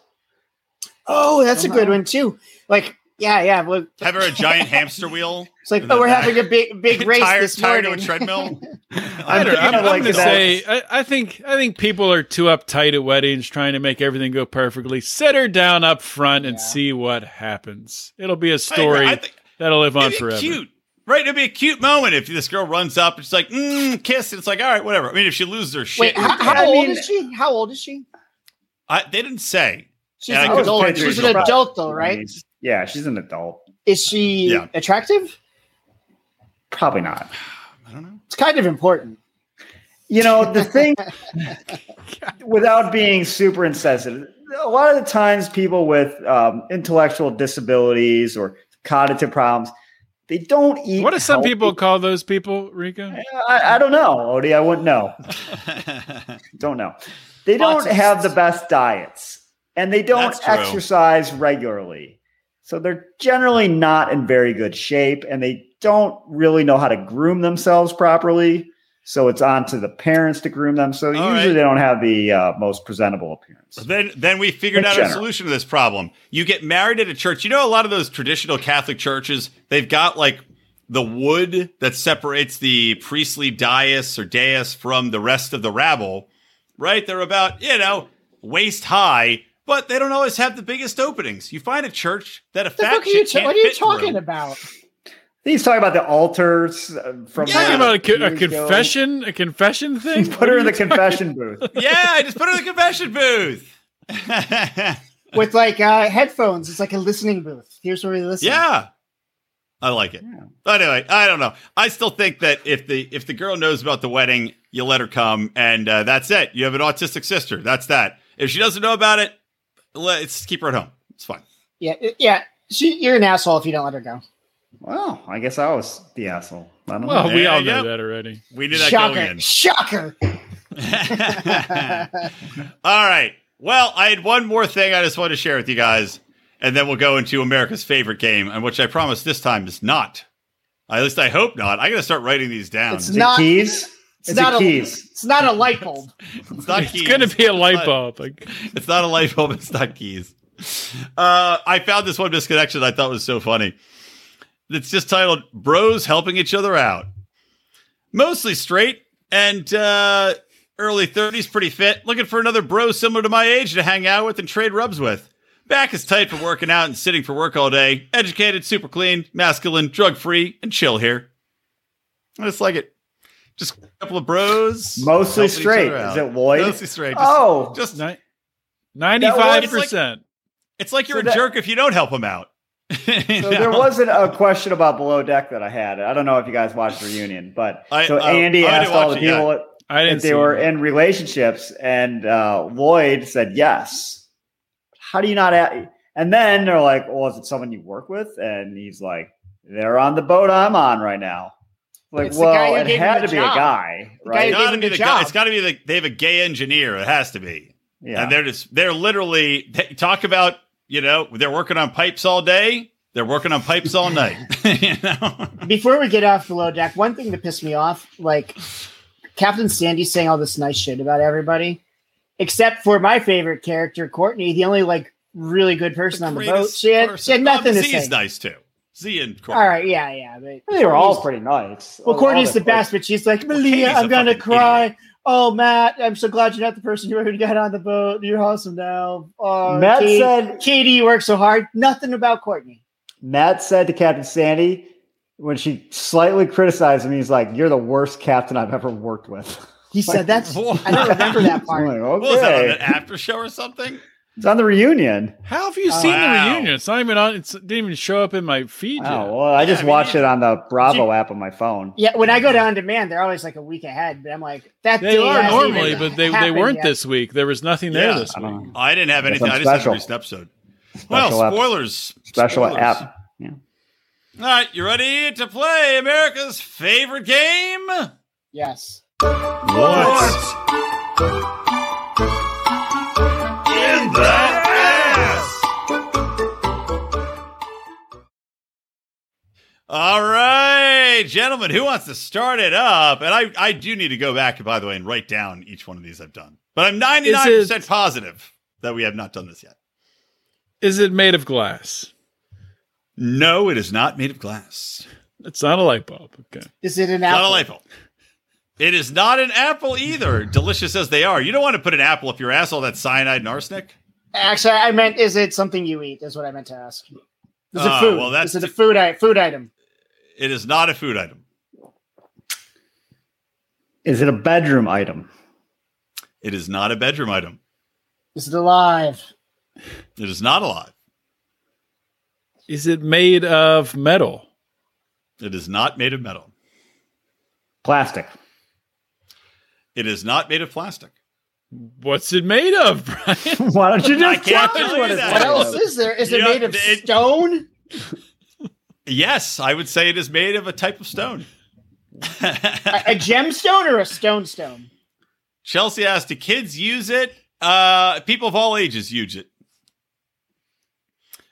Speaker 3: Oh, that's a good one too. Like, yeah, yeah. Well,
Speaker 1: Uh-huh. Have her a giant hamster wheel.
Speaker 3: it's like,
Speaker 1: in the
Speaker 3: oh, we're
Speaker 1: back.
Speaker 3: having a big, big race
Speaker 1: Tired-
Speaker 3: this
Speaker 1: tired of
Speaker 3: morning.
Speaker 1: a treadmill.
Speaker 4: I
Speaker 2: I'm
Speaker 4: don't know. I'm,
Speaker 2: thinking of
Speaker 4: I'm
Speaker 2: like
Speaker 4: gonna
Speaker 2: that-
Speaker 4: say I, I think I think people are too uptight at weddings, trying to make everything go perfectly. Sit her down up front and see what happens. It'll be a story
Speaker 1: I think-
Speaker 4: that'll live on
Speaker 1: It'd be
Speaker 4: forever.
Speaker 1: Cute, right? It'd be a cute moment if this girl runs up and she's like, mm, "Kiss." And it's like, all right, whatever. I mean, if she loses her shit,
Speaker 3: Wait, how, how
Speaker 2: I
Speaker 3: old
Speaker 2: mean-
Speaker 3: is she? How old is she?
Speaker 1: I, they didn't say.
Speaker 3: She's
Speaker 1: Yeah, I
Speaker 3: an
Speaker 1: could
Speaker 3: adult.
Speaker 1: picture
Speaker 3: She's an
Speaker 1: it.
Speaker 3: adult, though, right?
Speaker 2: Yeah, she's an adult.
Speaker 3: Is she
Speaker 1: Yeah.
Speaker 3: attractive?
Speaker 2: Probably not.
Speaker 3: It's kind of important.
Speaker 2: You know, the thing without being super insensitive, a lot of the times people with um, intellectual disabilities or cognitive problems, they don't eat.
Speaker 4: What do some
Speaker 2: healthy.
Speaker 4: people call those people, Rico?
Speaker 2: I, I don't know, Odie. I wouldn't know. don't know. They don't
Speaker 3: Autists.
Speaker 2: have the best diets and they don't
Speaker 1: That's true.
Speaker 2: exercise regularly. So they're generally not in very good shape and they don't really know how to groom themselves properly. So it's on to the parents to groom them. So
Speaker 1: All
Speaker 2: usually
Speaker 1: right.
Speaker 2: they don't have the uh, most presentable appearance.
Speaker 1: Then, then we figured
Speaker 2: In
Speaker 1: out a
Speaker 2: general.
Speaker 1: solution to this problem. You get married at a church. You know, a lot of those traditional Catholic churches, they've got like the wood that separates the priestly dais or dais from the rest of the rabble, right? They're about, you know, waist high, but they don't always have the biggest openings. You find a church that a
Speaker 3: The
Speaker 1: fat
Speaker 3: fuck are you
Speaker 1: chick
Speaker 3: ta-
Speaker 1: can't
Speaker 3: what are you
Speaker 1: fit through.
Speaker 3: talking about?
Speaker 2: He's talking about the altars uh, from
Speaker 4: Talking about a, co- a
Speaker 2: years ago.
Speaker 4: confession, a confession thing.
Speaker 2: Put her in the confession booth.
Speaker 1: yeah, I just put her in the confession booth.
Speaker 3: With like uh, headphones, it's like a listening booth. Here's where we listen.
Speaker 1: yeah. I like it. Anyway, I don't know. I still think that if the if the girl knows about the wedding, you let her come, and uh, that's it. You have an autistic sister. That's that. If she doesn't know about it, let's keep her at home. It's fine.
Speaker 3: yeah, it- yeah. She, you're an asshole if you don't let her go.
Speaker 2: Well, I guess I was the asshole. I don't
Speaker 4: Well,
Speaker 2: know.
Speaker 4: we all know that already.
Speaker 1: We
Speaker 3: Shocker! Shocker!
Speaker 1: All right. Well, I had one more thing I just want to share with you guys, and then we'll go into America's favorite game, and which I promise this time is not. At least I hope not. I got to start writing these down.
Speaker 3: It's not It's, not a It's not a light bulb.
Speaker 1: It's not keys.
Speaker 4: gonna be a light
Speaker 1: It's not-
Speaker 4: bulb.
Speaker 1: it's not a light bulb. It's not keys. Uh, I found this one misconnection I thought was so funny. It's just titled "Bros Helping Each Other Out." Mostly straight and uh, early thirties, pretty fit. Looking for another bro similar to my age to hang out with and trade rubs with. Back is tight for working out and sitting for work all day. Educated, super clean, masculine, drug free, and chill here. I just like it. Just a couple of bros. helping
Speaker 2: Mostly
Speaker 1: each
Speaker 2: straight.
Speaker 1: other out.
Speaker 2: Is it Lloyd?
Speaker 1: Mostly straight. Just-
Speaker 2: oh,
Speaker 1: just
Speaker 4: Ninety-five
Speaker 1: It's like,
Speaker 4: percent.
Speaker 1: it's like you're
Speaker 2: So
Speaker 1: a
Speaker 2: that-
Speaker 1: jerk if you don't help him out.
Speaker 2: So there wasn't a question about below deck that I had. I don't know if you guys watched the reunion, but so Andy asked all the people what-
Speaker 4: I didn't
Speaker 2: if they
Speaker 4: see
Speaker 2: were
Speaker 4: it.
Speaker 2: in relationships, and uh, Lloyd said yes. How do you not? a and then they're like, "Well, is it someone you work with?" And he's like, "They're on the boat I'm on right now." Like,
Speaker 3: It's the guy
Speaker 2: well,
Speaker 3: who
Speaker 2: it
Speaker 3: gave him
Speaker 2: had
Speaker 3: the
Speaker 2: to be a
Speaker 3: job.
Speaker 2: guy,
Speaker 3: The guy
Speaker 2: right?
Speaker 3: who gave
Speaker 1: gotta
Speaker 3: him
Speaker 1: be
Speaker 3: the
Speaker 1: the guy.
Speaker 3: job.
Speaker 1: It's got to be the. They have a gay engineer. It has to be.
Speaker 2: Yeah.
Speaker 1: And they're just they're literally they talk about you know they're working on pipes all day. They're working on pipes all night.
Speaker 3: Before we get off below deck, one thing that pissed me off, like Captain Sandy saying all this nice shit about everybody, except for my favorite character, Courtney, the only like really good person on the boat.
Speaker 1: Greatest
Speaker 3: She had, she
Speaker 1: person.
Speaker 3: had nothing
Speaker 1: Oh,
Speaker 3: to
Speaker 1: Z
Speaker 3: say.
Speaker 1: is nice too. Z and Courtney.
Speaker 3: All right, yeah, yeah. But
Speaker 2: They were all pretty nice.
Speaker 3: Well,
Speaker 2: All- Oh,
Speaker 3: Courtney's
Speaker 2: all
Speaker 3: the
Speaker 2: the-
Speaker 3: best, but she's like, Malia,
Speaker 2: Katie's a
Speaker 3: I'm gonna cry. Oh, Matt, I'm so glad you're not the person you were who got on the boat. You're awesome now. Oh,
Speaker 2: Matt
Speaker 3: Katie,
Speaker 2: said-
Speaker 3: Katie you worked so hard. Nothing about Courtney.
Speaker 2: Matt said to Captain Sandy when she slightly criticized him, he's like, "You're the worst captain I've ever worked with."
Speaker 3: He said that's I don't remember that part.
Speaker 2: I'm like,
Speaker 1: What was that on
Speaker 2: okay.
Speaker 1: an after show or something?
Speaker 2: It's on the reunion.
Speaker 4: How have you
Speaker 1: Oh,
Speaker 4: seen
Speaker 1: wow.
Speaker 4: the reunion? It's not even on. It's, it didn't even show up in my feed. yet.
Speaker 2: Oh well, I just watched it on the Bravo app on my phone.
Speaker 3: Yeah, when I go down to demand, they're always like a week ahead. But I'm like, that day
Speaker 4: They are
Speaker 3: hasn't
Speaker 4: normally,
Speaker 3: even
Speaker 4: but they, they
Speaker 3: happened
Speaker 4: weren't
Speaker 3: yet.
Speaker 4: this week. There was nothing there
Speaker 1: Yeah.
Speaker 4: this week.
Speaker 1: Oh, I didn't have
Speaker 4: Guess
Speaker 1: anything.
Speaker 4: I'm
Speaker 1: I just had a
Speaker 4: special.
Speaker 1: recent episode.
Speaker 4: Special
Speaker 1: well,
Speaker 4: app.
Speaker 1: spoilers.
Speaker 2: Special
Speaker 1: Spoilers.
Speaker 2: app.
Speaker 1: All right, you ready to play America's favorite game?
Speaker 3: Yes.
Speaker 1: What? In the ass. All right, gentlemen, who wants to start it up? And I, I do need to go back, by the way, and write down each one of these I've done. But I'm 99% positive that we have not done this yet.
Speaker 4: Is it made of glass?
Speaker 1: No, it is not made of glass.
Speaker 4: It's not a light bulb. Okay.
Speaker 3: Is it an
Speaker 1: It's
Speaker 3: apple?
Speaker 1: Not an apple. It is not an apple either, delicious as they are. You don't want to put an apple up your ass, all that cyanide and arsenic.
Speaker 3: Actually, I meant, is it something you eat? Is what I meant to ask. Is
Speaker 1: Ah,
Speaker 3: it food?
Speaker 1: well, that's-
Speaker 3: is it a food, I- food item?
Speaker 1: It is not a food item.
Speaker 2: Is it a bedroom item?
Speaker 1: It is not a bedroom item.
Speaker 3: Is it alive?
Speaker 1: It is not alive.
Speaker 4: Is it made of metal?
Speaker 1: It is not made of metal.
Speaker 2: Plastic.
Speaker 1: It is not made of plastic.
Speaker 4: What's it made of, Brian?
Speaker 2: Why don't you
Speaker 1: I can't tell you that.
Speaker 3: What else is there? Is
Speaker 1: You
Speaker 3: it
Speaker 1: know,
Speaker 3: made of
Speaker 1: it-
Speaker 3: stone?
Speaker 1: Yes, I would say it is made of a type of stone.
Speaker 3: a, a gemstone or a stone stone?
Speaker 1: Chelsea asked, "Do kids use it? Uh, people of all ages use it.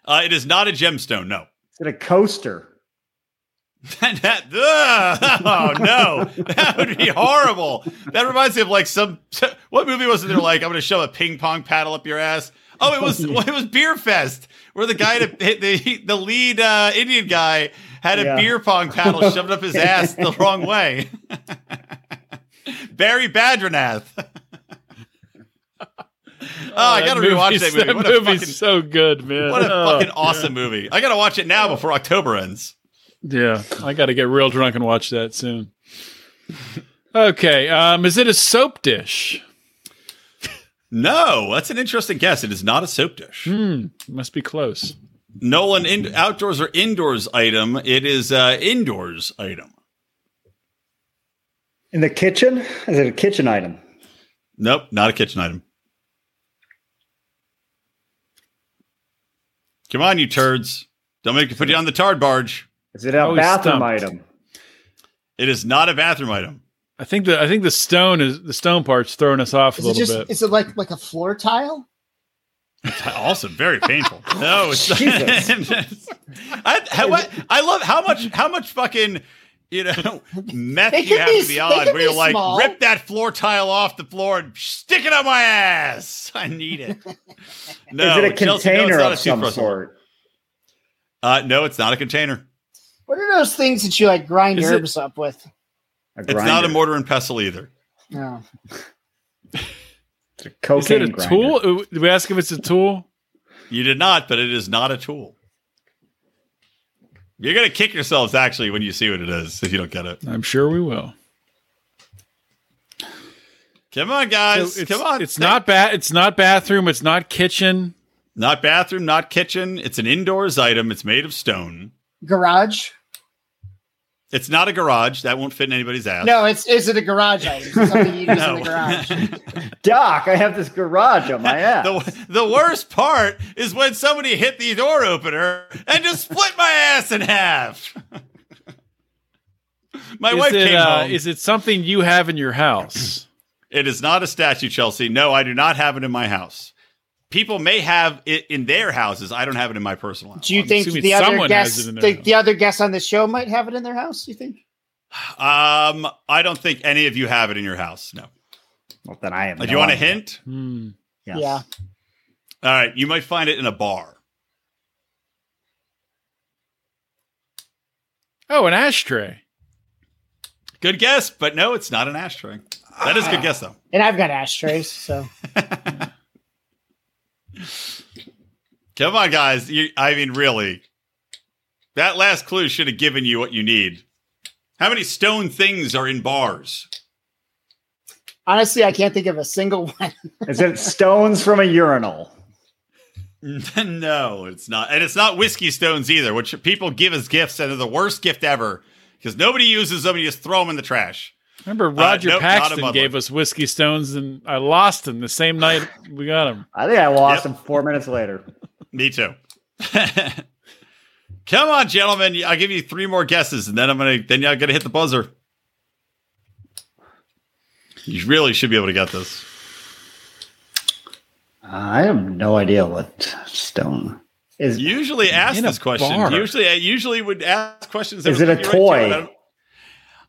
Speaker 1: Uh, it is not a gemstone. No.
Speaker 2: Is it a coaster?
Speaker 1: That- ugh, oh no, that would be horrible. That reminds me of like some what movie was it? They're like, I'm gonna shove a ping pong paddle up your ass. Oh, it was well, it was Beer Fest where the guy to, the the lead uh, Indian guy had a
Speaker 2: Yeah.
Speaker 1: beer pong paddle shoved up his ass the wrong way. Barry Badranath. oh, I gotta
Speaker 4: That
Speaker 1: rewatch
Speaker 4: movie's-
Speaker 1: that movie.
Speaker 4: That
Speaker 1: what a
Speaker 4: movie's
Speaker 1: fucking
Speaker 4: so good, man.
Speaker 1: what a
Speaker 4: Oh.
Speaker 1: fucking awesome movie. I gotta watch it now before October ends.
Speaker 4: Yeah, I got to get real drunk and watch that soon. Okay, um, is it a soap dish?
Speaker 1: No, that's an interesting guess. It is not a soap dish.
Speaker 4: Hmm, must be close.
Speaker 1: Nolan, in- outdoors or indoors item? It is uh, indoors item.
Speaker 2: In the kitchen? Is it a kitchen item?
Speaker 1: Nope, not a kitchen item. Come on, you turds. Dominic can put you on the tard barge.
Speaker 2: Is it a
Speaker 4: Oh, he's bathroom stumped.
Speaker 2: item?
Speaker 1: It is not a bathroom item.
Speaker 4: I think the I think the stone is the stone part's throwing us off a
Speaker 3: Is it
Speaker 4: little
Speaker 3: just?
Speaker 4: bit.
Speaker 3: Is it like like a floor tile?
Speaker 1: also very painful. No, it's
Speaker 3: Jesus.
Speaker 1: I, how- what- I love how much how much fucking you know meth
Speaker 3: They
Speaker 1: you
Speaker 3: could
Speaker 1: have
Speaker 3: be-
Speaker 1: to be
Speaker 3: they
Speaker 1: on
Speaker 3: could
Speaker 1: where you're
Speaker 3: be
Speaker 1: like
Speaker 3: small.
Speaker 1: rip that floor tile off the floor and stick it on my ass. I need it. No,
Speaker 2: is it a
Speaker 1: Chelsea, no, it's
Speaker 2: container
Speaker 1: not a
Speaker 2: of some
Speaker 1: toothbrush.
Speaker 2: sort?
Speaker 1: Uh, no, it's not a container.
Speaker 3: What are those things that you like grind
Speaker 1: Is it-
Speaker 3: herbs up with?
Speaker 1: It's not a mortar and pestle either.
Speaker 3: No.
Speaker 4: Is it a
Speaker 1: cocaine grinder.
Speaker 4: tool? Uh, Did we ask if it's a tool?
Speaker 1: You did not, but it is not a tool. You're gonna kick yourselves actually when you see what it is if you don't get it.
Speaker 4: I'm sure we will.
Speaker 1: Come on, guys.
Speaker 4: So it's,
Speaker 1: Come on.
Speaker 4: It's not bad. It's not bathroom. It's not kitchen.
Speaker 1: Not bathroom, not kitchen. It's an indoors item. It's made of stone.
Speaker 3: Garage?
Speaker 1: It's not a garage. That won't fit in anybody's ass.
Speaker 3: No, it's is it a garage item? Is it something you use in
Speaker 1: No.
Speaker 3: the garage?
Speaker 2: Doc, I have this garage on my ass.
Speaker 1: The, the worst part is when somebody hit the door opener and just split my ass in half. My
Speaker 4: Is
Speaker 1: wife
Speaker 4: it,
Speaker 1: came
Speaker 4: uh,
Speaker 1: home.
Speaker 4: Is it something you have in your house?
Speaker 1: It is not a statue, Chelsea. No, I do not have it in my house. People may have it in their houses. I don't have it in my personal house.
Speaker 3: Do you think
Speaker 1: assuming
Speaker 3: the other
Speaker 1: someone has
Speaker 3: guests
Speaker 1: it in their
Speaker 3: think the other guests on the show might have it in their house? You think?
Speaker 1: Um, I don't think any of you have it in your house. No.
Speaker 2: Well, then I am.
Speaker 1: Oh, Do you want a hint?
Speaker 4: Hmm.
Speaker 3: Yeah.
Speaker 1: All right, you might find it in a bar.
Speaker 4: Oh, an ashtray.
Speaker 1: Good guess, but no, it's not an ashtray. That is a good guess though.
Speaker 3: And I've got ashtrays, so
Speaker 1: Come on, guys. You, I mean, really, that last clue should have given you what you need. How many stone things are in bars?
Speaker 3: honestly, I can't think of a single one.
Speaker 2: Is it stones from a urinal?
Speaker 1: no, it's not. And it's not whiskey stones either, which people give as gifts and are the worst gift ever because nobody uses them. You just throw them in the trash.
Speaker 4: Remember
Speaker 1: Uh,
Speaker 4: Roger
Speaker 1: nope, not a
Speaker 4: Paxton
Speaker 1: Bud
Speaker 4: gave us whiskey stones, and I lost him the same night we got him.
Speaker 2: I think I lost him four minutes later.
Speaker 1: Me too. Come on, gentlemen. I'll give you three more guesses and then I'm going to, then y'all got to hit the buzzer. You really should be able to get this.
Speaker 2: I have no idea what stone. Is
Speaker 1: usually ask
Speaker 2: In a
Speaker 1: this question.
Speaker 2: bar.
Speaker 1: Usually, I usually would ask questions. that
Speaker 2: Is
Speaker 1: would
Speaker 2: it a
Speaker 1: get you right to
Speaker 2: toy?
Speaker 1: I don't-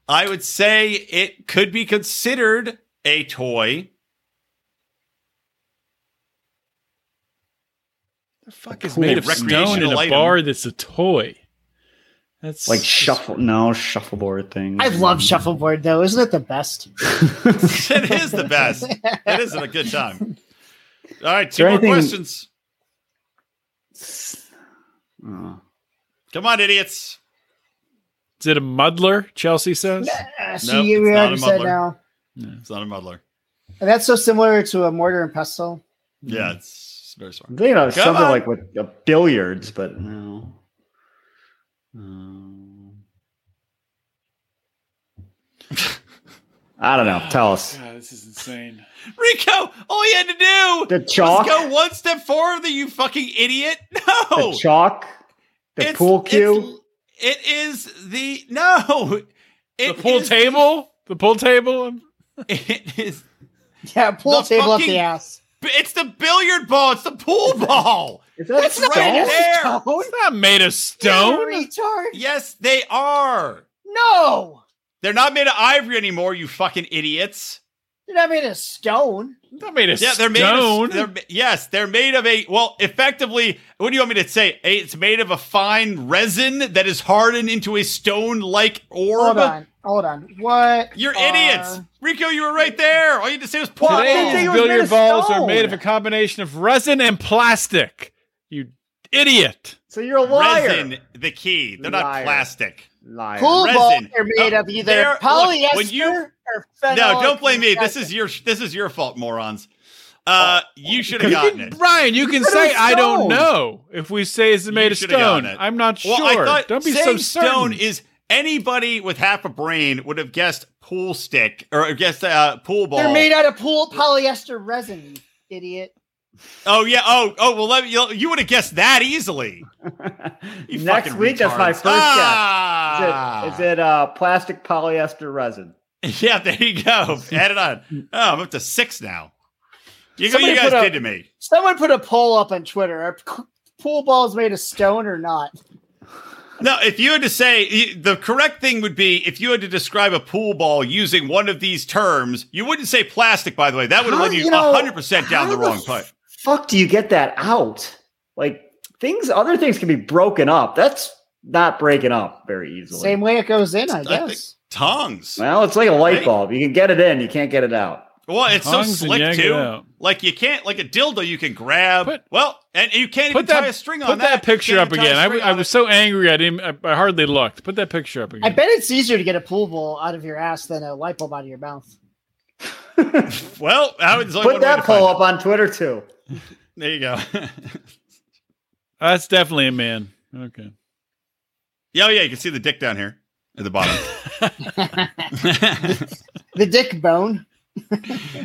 Speaker 1: I would say it could be considered a toy.
Speaker 4: The fuck is
Speaker 1: cool
Speaker 4: made of
Speaker 1: recreational
Speaker 4: stone in a
Speaker 1: item.
Speaker 4: bar that's a toy? That's
Speaker 2: Like shuffle? No shuffleboard thing.
Speaker 3: I
Speaker 1: Mm.
Speaker 3: love shuffleboard though. Isn't it the best?
Speaker 1: it is the best. It is a good time. All right, two more
Speaker 2: there anything-
Speaker 1: questions.
Speaker 2: Oh.
Speaker 1: Come on, idiots.
Speaker 4: Is it a muddler? Chelsea says.
Speaker 3: Uh, see,
Speaker 1: Nope,
Speaker 3: you
Speaker 1: it's not a
Speaker 3: already said
Speaker 1: muddler.
Speaker 3: now.
Speaker 1: It's not a muddler.
Speaker 3: And that's so similar to a mortar and pestle.
Speaker 2: Hmm.
Speaker 1: Yeah, it's very smart.
Speaker 2: I'm thinking of
Speaker 1: Come
Speaker 2: something
Speaker 1: on.
Speaker 2: like with uh, billiards, but no. Um, I don't know. Tell us.
Speaker 4: God, this is insane.
Speaker 1: Rico, all you had to do
Speaker 2: The chalk?
Speaker 1: was go one step forward. You fucking idiot! No,
Speaker 2: The chalk, the
Speaker 1: It's-
Speaker 2: pool
Speaker 1: it's-
Speaker 2: cue.
Speaker 1: it is the no. It
Speaker 4: the pool
Speaker 1: is-
Speaker 4: table. The pool table.
Speaker 1: It is.
Speaker 3: Yeah, pool
Speaker 1: The
Speaker 3: table up
Speaker 1: fucking-
Speaker 3: the ass.
Speaker 1: It's the billiard ball. It's the pool ball.
Speaker 2: Is
Speaker 3: that
Speaker 1: it's
Speaker 3: stone?
Speaker 1: right there.
Speaker 4: It's not made of stone.
Speaker 1: Yes, they are.
Speaker 3: No,
Speaker 1: They're not made of ivory anymore. You fucking idiots.
Speaker 3: they're not made of stone.
Speaker 4: Not made of
Speaker 1: yeah, they're made
Speaker 4: stone.
Speaker 1: of. They're, ma- yes, they're made of a. Well, effectively, what do you want me to say? A- It's made of a fine resin that is hardened into a stone-like orb.
Speaker 3: Hold on, hold on. What?
Speaker 1: You're
Speaker 3: are-
Speaker 2: Uh,
Speaker 1: idiots, Rico. You were right there. All you had to say was pool ball.
Speaker 4: Today's billiard balls are made of a combination of resin and plastic. You idiot.
Speaker 2: So you're a liar.
Speaker 1: Resin, the key. They're not
Speaker 2: Liar.
Speaker 1: plastic.
Speaker 2: Liar.
Speaker 3: Pool balls
Speaker 1: Resin.
Speaker 3: are made
Speaker 1: Oh,
Speaker 3: of
Speaker 1: they're-
Speaker 3: either
Speaker 1: look,
Speaker 3: polyester
Speaker 1: when you-
Speaker 3: or phenol.
Speaker 1: No, don't blame me. This is your this is your fault, morons. Uh, you should have
Speaker 4: You
Speaker 1: gotten
Speaker 4: can-
Speaker 1: it.
Speaker 4: Brian, you can
Speaker 1: Made of
Speaker 4: say I don't
Speaker 1: stone."
Speaker 4: know if we say it's made of
Speaker 1: should have gotten
Speaker 4: stone.
Speaker 1: it.
Speaker 4: I'm not sure.
Speaker 1: Well, I thought
Speaker 4: don't be so
Speaker 1: saying
Speaker 4: certain.
Speaker 1: stone is anybody with half a brain would have guessed pool stick or guessed uh, pool ball.
Speaker 3: They're made out of pool polyester resin, you idiot.
Speaker 1: Oh yeah. Oh oh. Well, let me, you, you would have guessed that easily. You
Speaker 2: Next
Speaker 1: fucking
Speaker 2: week, that's my
Speaker 1: retards.
Speaker 2: first
Speaker 1: Ah!
Speaker 2: guess. Is it, is it uh, plastic polyester resin?
Speaker 1: Yeah, there you go. Add it on. Oh, I'm up to six now. You, go- you
Speaker 3: Somebody
Speaker 1: guys
Speaker 3: put a-
Speaker 1: did to me.
Speaker 3: Someone put a poll up on Twitter. Are p- pool balls made of stone or not?
Speaker 1: No, if you had to say y- the correct thing would be if you had to describe a pool ball using one of these terms, you wouldn't say plastic. By the way, that would have
Speaker 2: How-
Speaker 1: led you
Speaker 2: you know,
Speaker 1: 100 percent down the wrong pipe.
Speaker 2: Fuck, do you get that out? Like things, other things can be broken up. That's not breaking up very easily.
Speaker 3: Same way it goes in, I
Speaker 1: think-
Speaker 3: guess.
Speaker 1: Tongues.
Speaker 2: Well, it's like a light
Speaker 1: Right.
Speaker 2: bulb. You can get it in, you can't get it out.
Speaker 1: Well, it's so
Speaker 2: Tongs and
Speaker 1: slick
Speaker 2: yank it
Speaker 1: too.
Speaker 2: out.
Speaker 1: Like you can't like a dildo you can grab. well, and you can't even
Speaker 4: Put that,
Speaker 1: tie a string
Speaker 4: put
Speaker 1: on that.
Speaker 4: that, picture
Speaker 1: Can't
Speaker 4: up
Speaker 1: even tie a
Speaker 4: again. I,
Speaker 1: string
Speaker 4: I was so angry I didn't. I, I hardly looked. Put that picture up
Speaker 3: I
Speaker 4: again.
Speaker 3: bet it's easier to get a pool ball out of your ass than a light bulb out of your mouth.
Speaker 1: Well, I was
Speaker 2: Put that poll up on Twitter too.
Speaker 1: There you go.
Speaker 4: That's definitely a man. Okay.
Speaker 1: yeah, oh, yeah, you can see the dick down here at the bottom.
Speaker 3: The dick bone.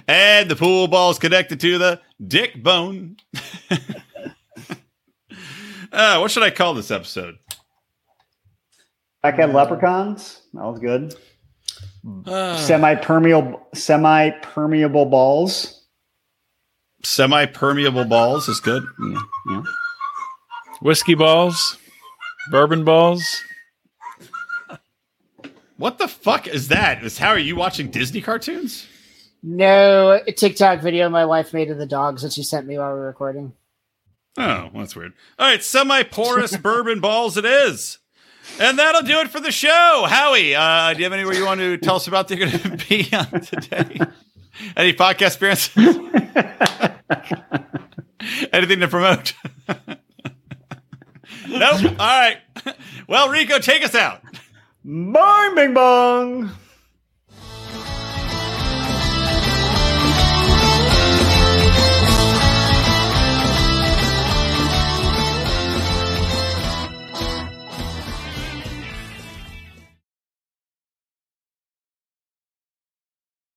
Speaker 1: and the pool ball's connected to the dick bone. uh, what should I call this episode?
Speaker 2: Back at leprechauns, that was good.
Speaker 1: Ah.
Speaker 2: Semi permeable, semi permeable balls.
Speaker 1: Semi permeable balls is good.
Speaker 4: Whiskey balls, bourbon balls.
Speaker 1: What the fuck is that? Is how are you watching Disney cartoons?
Speaker 3: No, a TikTok video my wife made of the dogs that she sent me while we were recording.
Speaker 1: Oh, well, that's weird. All right, semi porous bourbon balls it is. And that'll do it for the show. Howie, uh, do you have anywhere you want to tell us about that you're going to be on today? Any podcast experiences? Anything to promote? nope. All right. Well, Rico, take us out.
Speaker 2: Bing, bing, bong.